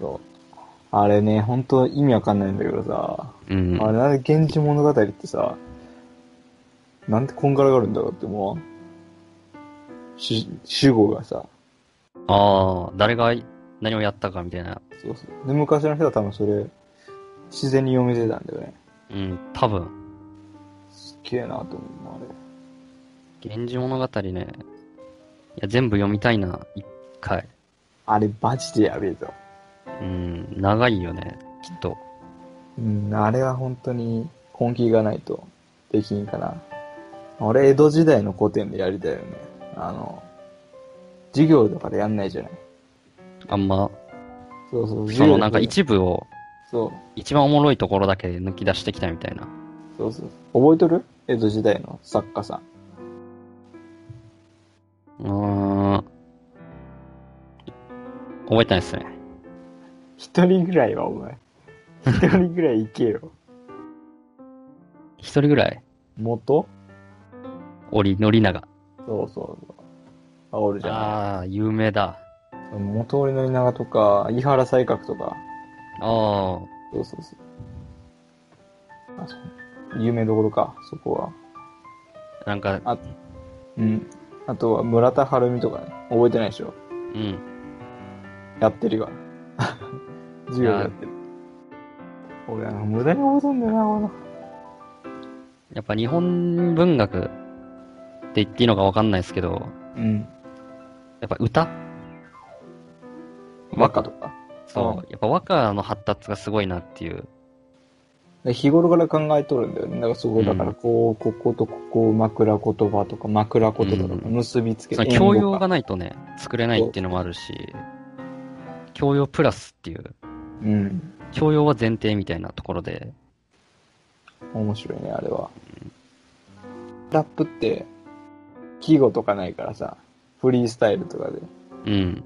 A: そう。あれね、本当意味わかんないんだけどさ、
B: うん。
A: あれなんで源氏物語ってさ、なんでこんがらがるんだろうってもう、し主語がさ、
B: ああ、誰が何をやったかみたいな。
A: そうそう。で、昔の人は多分それ、自然に読めてたんだよね。
B: うん、多分。
A: すっげえなと思うな、あれ。
B: 源氏物語ね。いや、全部読みたいな、一回。
A: あれマジでやべえぞ。
B: うん、長いよね、きっと。
A: うん、あれは本当に根気がないとできんかな。俺、江戸時代の古典でやりたいよね。あの、授業とかでやんないじゃない。
B: あんま、
A: そうそう、
B: そ
A: 授業
B: の
A: で
B: なんか一部を、
A: そう、
B: 一番おもろいところだけ抜き出してきたみたいな。
A: そうそう。覚えとる江戸時代の作家さん。
B: うーん。覚えてないですね。
A: 一人ぐらいはお前。一人ぐらい行けよ。
B: 一人ぐらい、
A: 元
B: 折り、のりなが。
A: そうそうそう。あ、おるじゃ
B: ああ、有名だ。
A: ん。元織の長とか、伊原西角とか。
B: ああ、
A: そうそうそう。あ、そう。有名どころか、そこは。
B: なんか、
A: あうん。あとは村田晴美とかね。覚えてないでしょ
B: うん。
A: やってるよ。 授業でやってる。俺、あの、無駄に覚えたんだよな、俺の。
B: やっぱ日本文学って言っていいのかわかんないですけど、
A: うん。
B: やっぱ歌
A: 和歌とか。
B: そう。やっぱ和歌の発達がすごいなっていう。
A: で日頃から考えとるんだよね。だからそこ、だから、こう、こことここを枕言葉とか、枕言葉とか
B: うん
A: 結びつけ
B: そ
A: て、
B: の教
A: 言語
B: 養
A: 化
B: がないとね、作れないっていうのもあるし、教養プラスっていう、
A: うん。
B: 教養は前提みたいなところで、
A: 面白いね、あれは。ラップって、季語とかないからさ、フリースタイルとかで、
B: うん。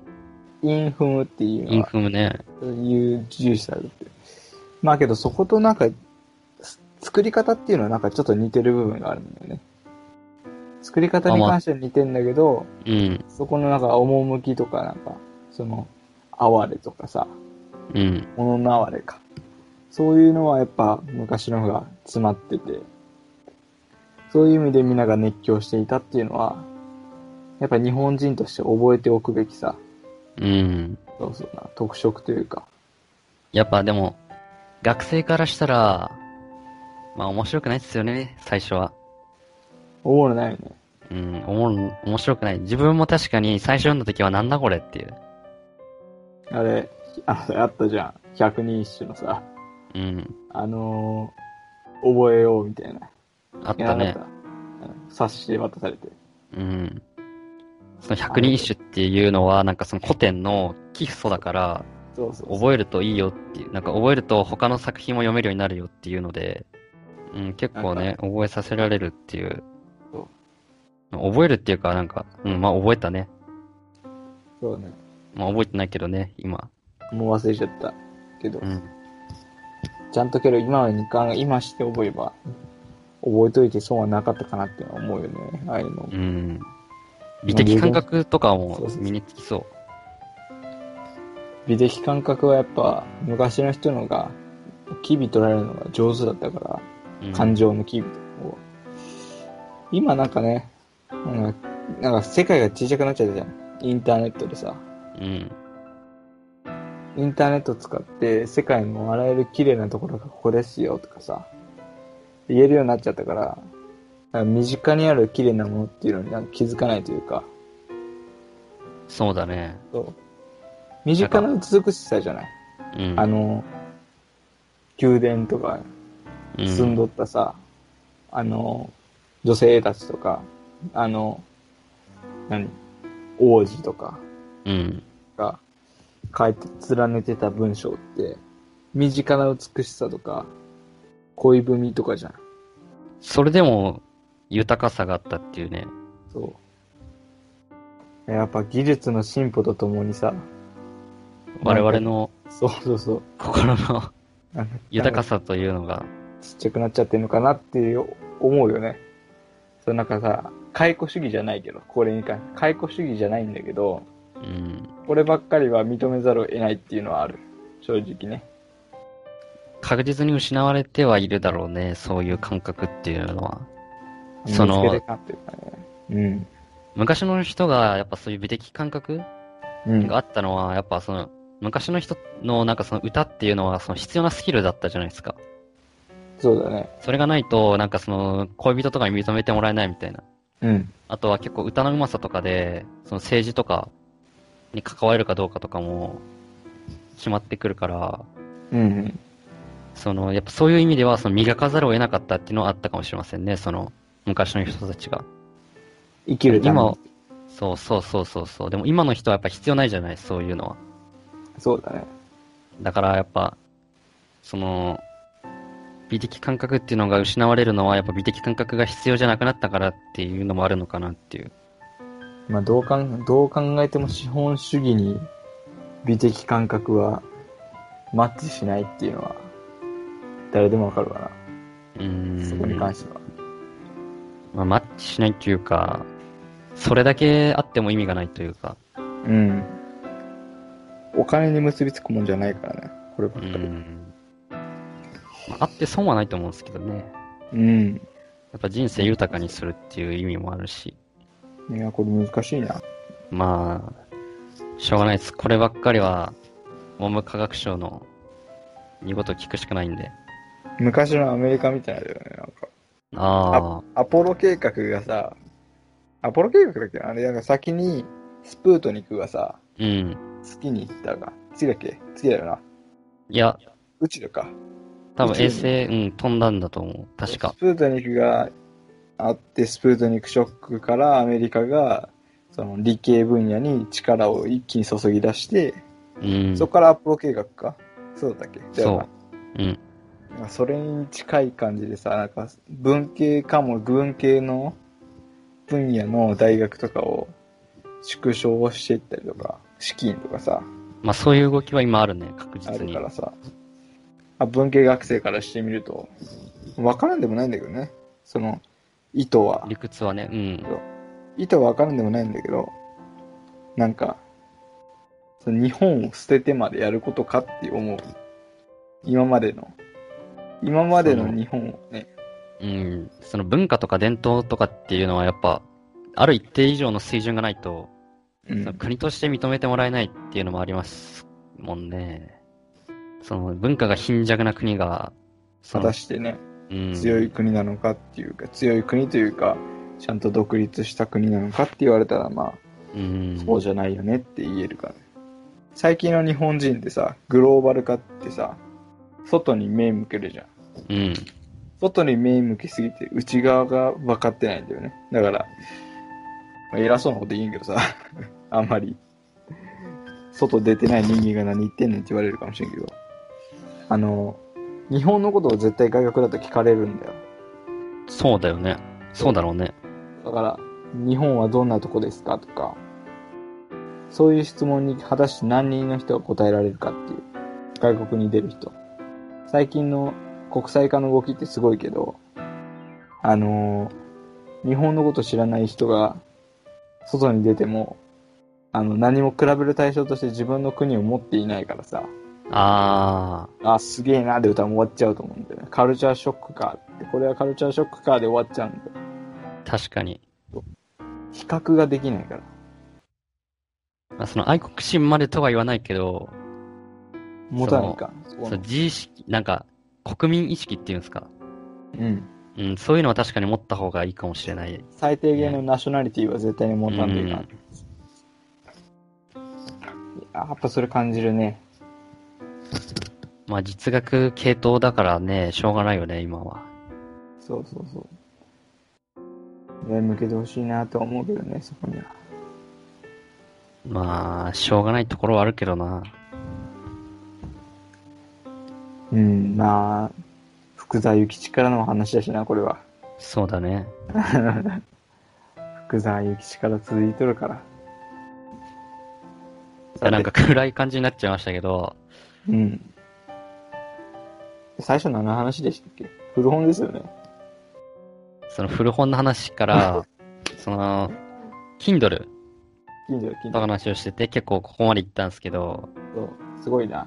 A: インフムっていうの
B: イン
A: は、
B: フムね。
A: そういう重視されて。まあけどそことなんか、す作り方っていうのはなんかちょっと似てる部分があるんだよね。作り方に関しては似てんだけど、
B: うん。
A: そこのなんか趣とかなんか、その、哀れとかさ、
B: うん。
A: 物の哀れか。そういうのはやっぱ昔の方が詰まってて、そういう意味でみんなが熱狂していたっていうのは、やっぱ日本人として覚えておくべきさ、
B: うん。
A: そうそうな、特色というか。
B: やっぱでも、学生からしたら、まあ面白くないっすよね、最初は。
A: おもろないよね。
B: うん、おもろ面白くない。自分も確かに最初読んだ時はなんだこれっていう。
A: あれ、ああったじゃん。百人一首のさ、
B: うん。
A: あのー、覚えようみたいな。
B: あっ
A: や
B: た
A: らな
B: ね
A: か。った。うん冊子で渡されて。
B: うん。その百人一首っていうのは、なんかその古典の基礎だから、
A: そうそうそう。
B: 覚えるといいよっていう、なんか覚えると他の作品も読めるようになるよっていうので、うん、結構
A: な
B: ね、覚えさせられるっていう
A: そ。
B: 覚えるっていうか、なんか、うん、まあ覚えたね。
A: そうね。
B: まあ覚えてないけどね、今。
A: もう忘れちゃったけど。
B: うん。
A: ちゃんとけど今は時間今して覚えば、覚えといて損はなかったかなって思うよね。ああいうの
B: う。ん。美的感覚とかも
A: そうそうそう
B: 身につきそ
A: 美的感覚はやっぱ昔の人のが、機微捉えるのが上手だったから、
B: う。うん
A: 感情の機微を。今なんかね、なんか、なんか世界が小さくなっちゃったじゃん。インターネットでさ。
B: うん。
A: インターネット使って世界のあらゆる綺麗なところがここですよとかさ、言えるようになっちゃったから、なんか身近にある綺麗なものっていうのになんか気づかないというか、
B: そうだね。
A: そう身近な美しさじゃない
B: うん。
A: あの、宮殿とか
B: うん、
A: 住んどったさ、あの、女性たちとか、あの、何王子とか、
B: うん。
A: が書いて連ねてた文章って身近な美しさとか恋文とかじゃん
B: それでも、豊かさがあったっていうね。
A: そうやっぱ技術の進歩とともにさ
B: 我々の
A: そうそうそう
B: 心の
A: あの
B: 豊かさというのが、
A: ちっちゃくなっちゃってるのかなっていう思うよねそうなんかさ解雇主義じゃないけどこれに関して解雇主義じゃないんだけど
B: うん。
A: こればっかりは認めざるを得ないっていうのはある正直ね
B: 確実に失われてはいるだろうね、そういう感覚っていうのは。その
A: 見つけてかんっていうかね
B: 昔の人がやっぱそういう美的感覚
A: うんうん
B: があったのは、やっぱその、昔の人のなんかその歌っていうのはその必要なスキルだったじゃないですか。
A: そうだね
B: それがないと、なんかその恋人とかに認めてもらえないみたいな。
A: うん
B: あとは結構歌のうまさとかで、その政治とかに関われるかどうかとかも決まってくるから、
A: うんうん
B: その、やっぱそういう意味ではその磨かざるを得なかったっていうのはあったかもしれませんね、その昔の人たちが。
A: 生きるために
B: 今そうそうそうそうそう。でも今の人はやっぱ必要ないじゃない、そういうのは。
A: そうだね
B: だからやっぱ、その、美的感覚っていうのが失われるのは、やっぱ美的感覚が必要じゃなくなったからっていうのもあるのかなっていう。
A: まあどうかんどう考えても資本主義に美的感覚はマッチしないっていうのは誰でもわかるか
B: う
A: なそこに
B: ん。
A: 関しては
B: まあ、マッチしないっていうか、それだけあっても意味がないというか。
A: うんお金に結びつくもんじゃないからねこれば
B: う
A: っかり
B: ん。まああって損はないと思うんですけどね。
A: うん、
B: やっぱ人生豊かにするっていう意味もあるし。
A: いやこれ難しいな
B: まあ、しょうがないです。こればっかりは、文部科学省の言うことを聞くしかないんで。
A: 昔のアメリカみたいだよねなんか
B: ああ、
A: アポロ計画がさアポロ計画だっけあれなんか先にスプートニクがさ
B: うん。
A: 月に行ったが月だっけ月だよない
B: や、
A: 宇宙か
B: 多分衛
A: 宇宙
B: 星、うん、飛んだんだと思う。確か
A: ス。プートニクがあって、スプートニクショックからアメリカが、その理系分野に力を一気に注ぎ出して、
B: うん。
A: そこからアポロ計画かそうだったっけだよな
B: う。うん。
A: なんかそれに近い感じでさ、なんか文系かも、文系の分野の大学とかを縮小していったりとか、資金とかさ、
B: まあそういう動きは今あるね、確
A: あ
B: 実
A: る
B: に
A: か。らさ、あ文系学生からしてみると、わからんでもないんだけどね、その意図は。
B: 理屈はね、うん。
A: 意図は分からんでもないんだけどなんかその日本を捨ててまでやることかって思う今までの今までの日本をね
B: うん。その文化とか伝統とかっていうのはやっぱ、ある一定以上の水準がないと、
A: うん
B: その国として認めてもらえないっていうのもありますもんね。その文化が貧弱な国が、そ
A: 果
B: の
A: たしてね、
B: うん、
A: 強い国なのかっていうか、強い国というか、ちゃんと独立した国なのかって言われたら、ま
B: うん
A: あ、そうじゃないよねって言えるから、ね。最近の日本人ってさ、グローバル化ってさ、外に目向けるじゃん。
B: うん。
A: 外に目向けすぎて、内側が分かってないんだよね。だから、まあ偉そうなこと言うんけどさ、 あんまり、外出てない人間が何言ってんねんって言われるかもしれんけど、あの、日本のことを絶対外国だと聞かれるんだよ。
B: そうだよね。そうだろうね。
A: だから、日本はどんなとこですかとか、そういう質問に果たして何人の人が答えられるかっていう。外国に出る人。最近の国際化の動きってすごいけど、あのー日本のこと知らない人が外に出ても、あの、何も比べる対象として自分の国を持っていないからさ、
B: あ
A: あ、すげえなで歌も終わっちゃうと思うんだよね。カルチャーショックかって、これはカルチャーショックかで終わっちゃうんだよ。
B: ー、確かに。
A: 比較ができないから。
B: まあ、その愛国心までとは言わないけど、
A: 持たないか。そこ
B: その
A: の
B: 自意識、なんか、国民意識っていうんですか。
A: うん。
B: うん、そういうのは確かに持った方がいいかもしれない。
A: 最低限のナショナリティは絶対に持たんといかん。
B: うん
A: ややっぱそれ感じるね。
B: まあ、実学系統だからね、しょうがないよね、今は。
A: そうそうそう。上向けてほしいなとは思うけどね、そこには。
B: まあ、しょうがないところはあるけどな。
A: うん、まあ、福沢諭吉からの話だしな、これは。
B: そうだね。
A: 福沢諭吉から続いとるから。
B: いやなんか暗い感じになっちゃいましたけど、
A: うん。最初何の話でしたっけ古本ですよね。
B: その古本の話 から、その、Kindle
A: 近所、近
B: の
A: 所。
B: 話をしてて、結構ここまで行ったんですけど、
A: そうすごいな。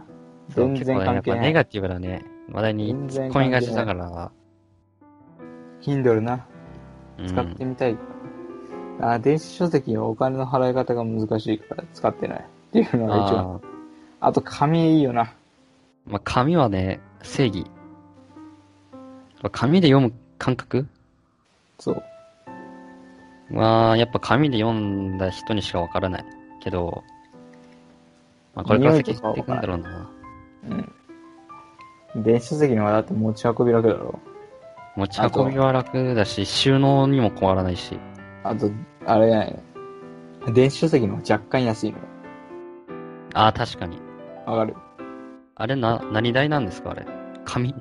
B: そう
A: 全然
B: 結構ね
A: 関係
B: やっぱ
A: ない
B: ネガティブだね、話題に突っ込みがちだから、
A: Kindle な。
B: うん
A: 使ってみたい。あー電子書籍はお金の払い方が難しいから使ってない。っていうのが一番。
B: あー
A: あと紙いいよな。
B: まあ、紙はね、正義。紙で読む感覚
A: そう。
B: まあ、やっぱ紙で読んだ人にしかわからないけど、まあ、これから
A: 匂い
B: 先
A: とかは
B: 減っていくんだろうな。
A: うん。電子書籍の方がだって持ち運び楽だろ。
B: 持ち運びは楽だし、収納にも困らないし。
A: あと、あれやね。電子書籍の方が若干安いのよ。
B: ああ、確かに。
A: わかる
B: あれな、何代なんですかあれ。紙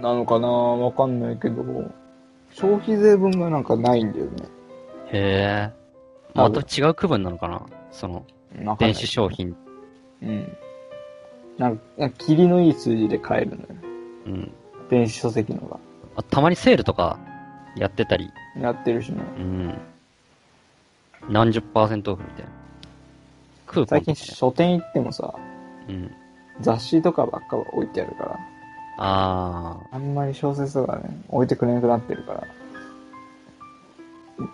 A: なのかなわかんないけど、消費税分がなんかないんだよね。
B: へえ。
A: 多
B: ま
A: 分
B: た違う区分なのかなその、
A: わかんない
B: 電子商品。
A: うん。なんか、なんか霧のいい数字で買えるのよ。
B: うん。
A: 電子書籍のが。
B: あたまにセールとかやってたり、
A: やってるしね。
B: うん。何十パーセントオフみたいな。クーポン
A: 最
B: とか
A: 近
B: ね
A: 書店行ってもさ、
B: うん。
A: 雑誌とかばっか置いてあるから、
B: あ
A: あんまり小説とかね、置いてくれなくなってるから。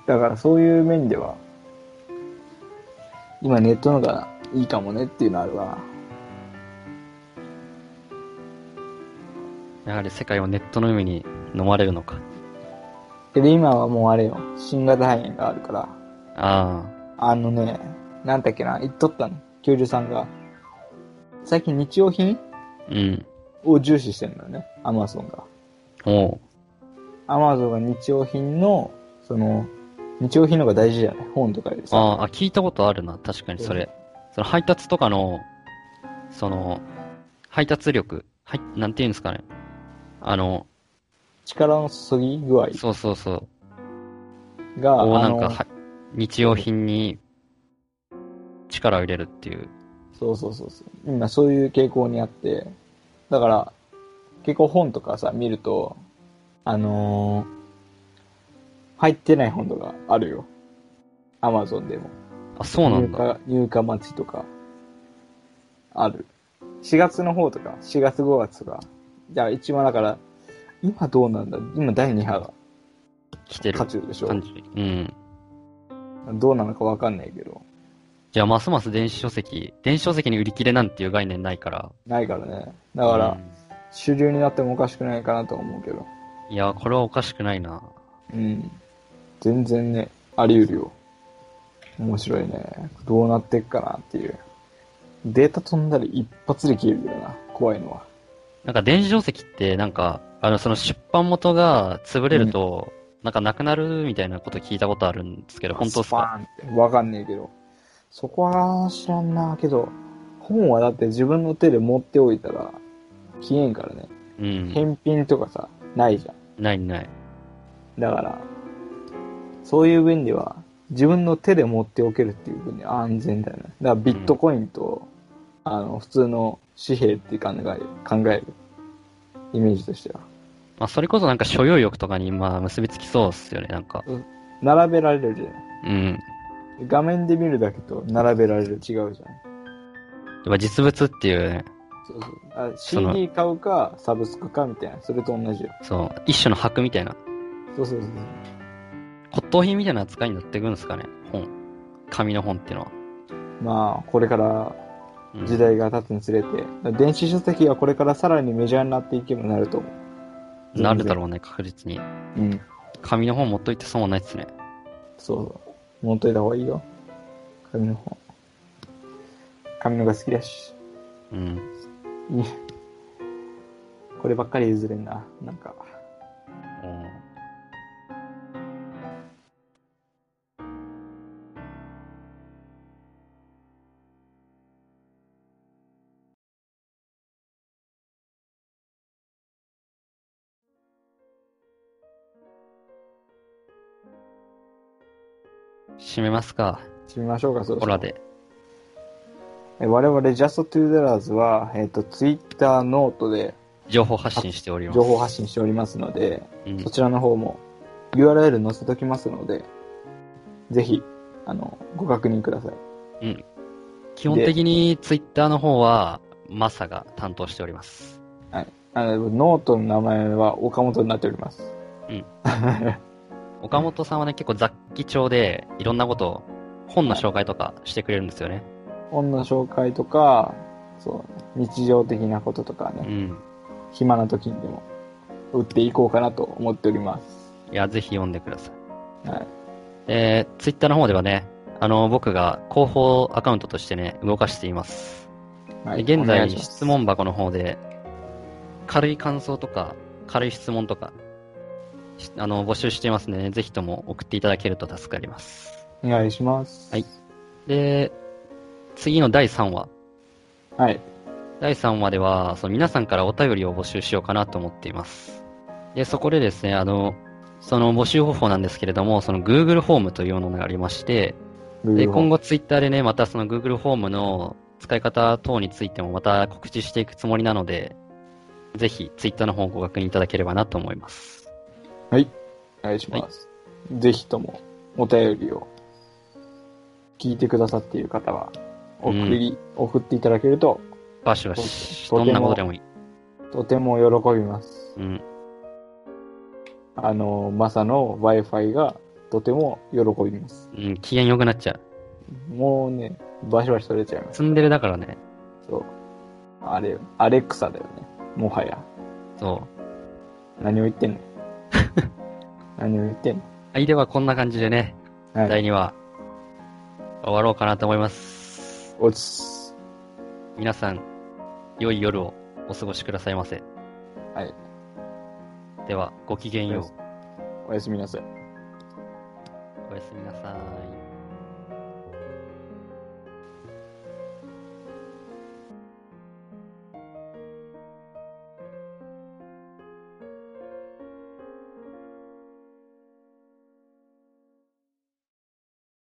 A: だからそういう面では、今ネットのがいいかもねっていうのあるわ。
B: あ、やはり世界はネットの海に飲まれるのか。
A: で、今はもうあれよ、新型肺炎があるから、
B: あ
A: あのね、なんだっけな、言っとったの、教授さんが。最近日用品
B: あ、うん。
A: を重視してるのよね、アマゾンが。
B: おう。
A: アマゾンが日用品の、その、日用品の方が大事じゃない本とかよりさ。
B: あーあ、聞いたことあるな。確かにそれ。その配達とかの、その、配達力。はい、なんていうんですかね。あの、
A: 力の注ぎ具合
B: そうそうそう。
A: が、
B: を
A: あ
B: なん
A: の
B: かは日用品に力を入れるっていう。
A: そうそうそうそう。今そういう傾向にあって、だから、結構本とかさ、見ると、あのー入ってない本とかあるよ。アマゾンでも。
B: あ、そうなんだ。
A: 入荷入荷待ちとか、ある。4月の方とか、4月5月とか。じゃあ一番だから、今どうなんだ今第2波が
B: 来てる
A: 渦中でしょ。
B: 感じ。うん。
A: どうなのかわかんないけど。
B: じゃあ、ますます電子書籍、電子書籍に売り切れなんていう概念ないから。
A: ないからね。だから、
B: う
A: 主流になってもおかしくないかなとは思うけど。
B: んいや、これはおかしくないな。
A: うん。全然ね、あり得るよ。面白いね。どうなってっかなっていう。データ飛んだら一発で消えるよな。怖いのは。
B: なんか電子書籍って、なんか、あの、その出版元が潰れると、なんかなくなるみたいなこと聞いたことあるんですけど、本当です
A: ス
B: か
A: パーンって。わかんねえけど。そこは知らんなけど、本はだって自分の手で持っておいたら消えんからね。
B: うん。
A: 返品とかさ、ないじゃん。
B: ないない。
A: だから、そういう分には、自分の手で持っておけるっていう分には安全だよね。だからビットコインと、あの、普通の紙幣っていう考え、考える。イメージとしては。
B: まあ、それこそなんか所有欲とかに、まあ、結びつきそうっすよね、なんか。
A: 並べられるじゃん。
B: うん。
A: 画面で見るだけと並べられる違うじゃん。
B: やっぱ実物っていうね、
A: そうそう。あ
B: その
A: CD 買うか、サブスクかみたいな。それと同じよ。
B: そう、一種の箔みたいな、
A: そうそうそう。
B: 骨董品みたいな扱いになっていくんですかね、本。紙の本っていうのは。
A: まあ、これから
B: うん
A: 時代が経つにつれて、電子書籍がこれからさらにメジャーになっていけばなると思う。
B: なるだろうね、確実に。
A: う。うん。
B: 紙の本持っといて損はないっすね。
A: そうそう。持っといた方がいいよ。紙の方。紙のが好きだし。
B: うん。
A: いいこればっかり譲れんな。なんか。
B: もう締めますか、
A: 締めましょうか、そう
B: オラ。で。
A: え我々 JustToTheRs は、えっ、と、Twitter、ノートで
B: 情報発信しております。
A: 情報発信しておりますので、
B: うん
A: そちらの方も URL 載せときますので、ぜひ、あの、ご確認ください。
B: 基本的にツイッターの方は、マサが担当しております。
A: あの、ノートの名前は岡本になっております。
B: うん。岡本さんはね、結構雑記帳で、いろんなことを、本の紹介とかしてくれるんですよね。
A: 本の紹介とか、そう、日常的なこととかね、
B: うん。
A: 暇な時にでも打っていこうかなと思っております。
B: いや、ぜひ読んでください。
A: はい。
B: えー、ツイッターの方ではね、あの、僕が広報アカウントとしてね、動かしています。
A: はい、
B: で現
A: お願い
B: 在、
A: します
B: 質。問箱の方で、軽い感想とか、軽い質問とか、しあの、募集していますので、ぜひとも送っていただけると助かります。
A: お願いします。
B: はい。で、次の第3話。
A: はい。
B: 第3話では、その皆さんからお便りを募集しようかなと思っています。で、そこでですね、あの、その募集方法なんですけれども、その Google フォームというものがありまして、で、今
A: 後。
B: 後 Twitter でね、またその Google フォームの使い方等についてもまた告知していくつもりなので、ぜひ Twitter の方をご確認いただければなと思います。
A: お願いします。ぜひともお便りを聞いてくださっている方は、送り、送っていただけると、
B: バシバシ、
A: と
B: ど
A: ても
B: んなことでもいい。
A: とても喜びます。
B: うん。
A: あの、マサの Wi-Fi がとても喜びます。
B: うん、機嫌良くなっちゃう。
A: もうね、バシバシ取れちゃいます。
B: ツンデレだからね。
A: そう。あれ、アレクサだよね。もはや。
B: そう。
A: 何を言って んの何を言ってんの
B: はい、ではこんな感じでね、
A: は
B: 第
A: い。
B: 2話、終わろうかなと思います。
A: おつ。
B: 皆さん、良い夜をお過ごしくださいませ。
A: はい。
B: では、ごきげんよ
A: おやすみなさい。
B: う。おやすみなさい。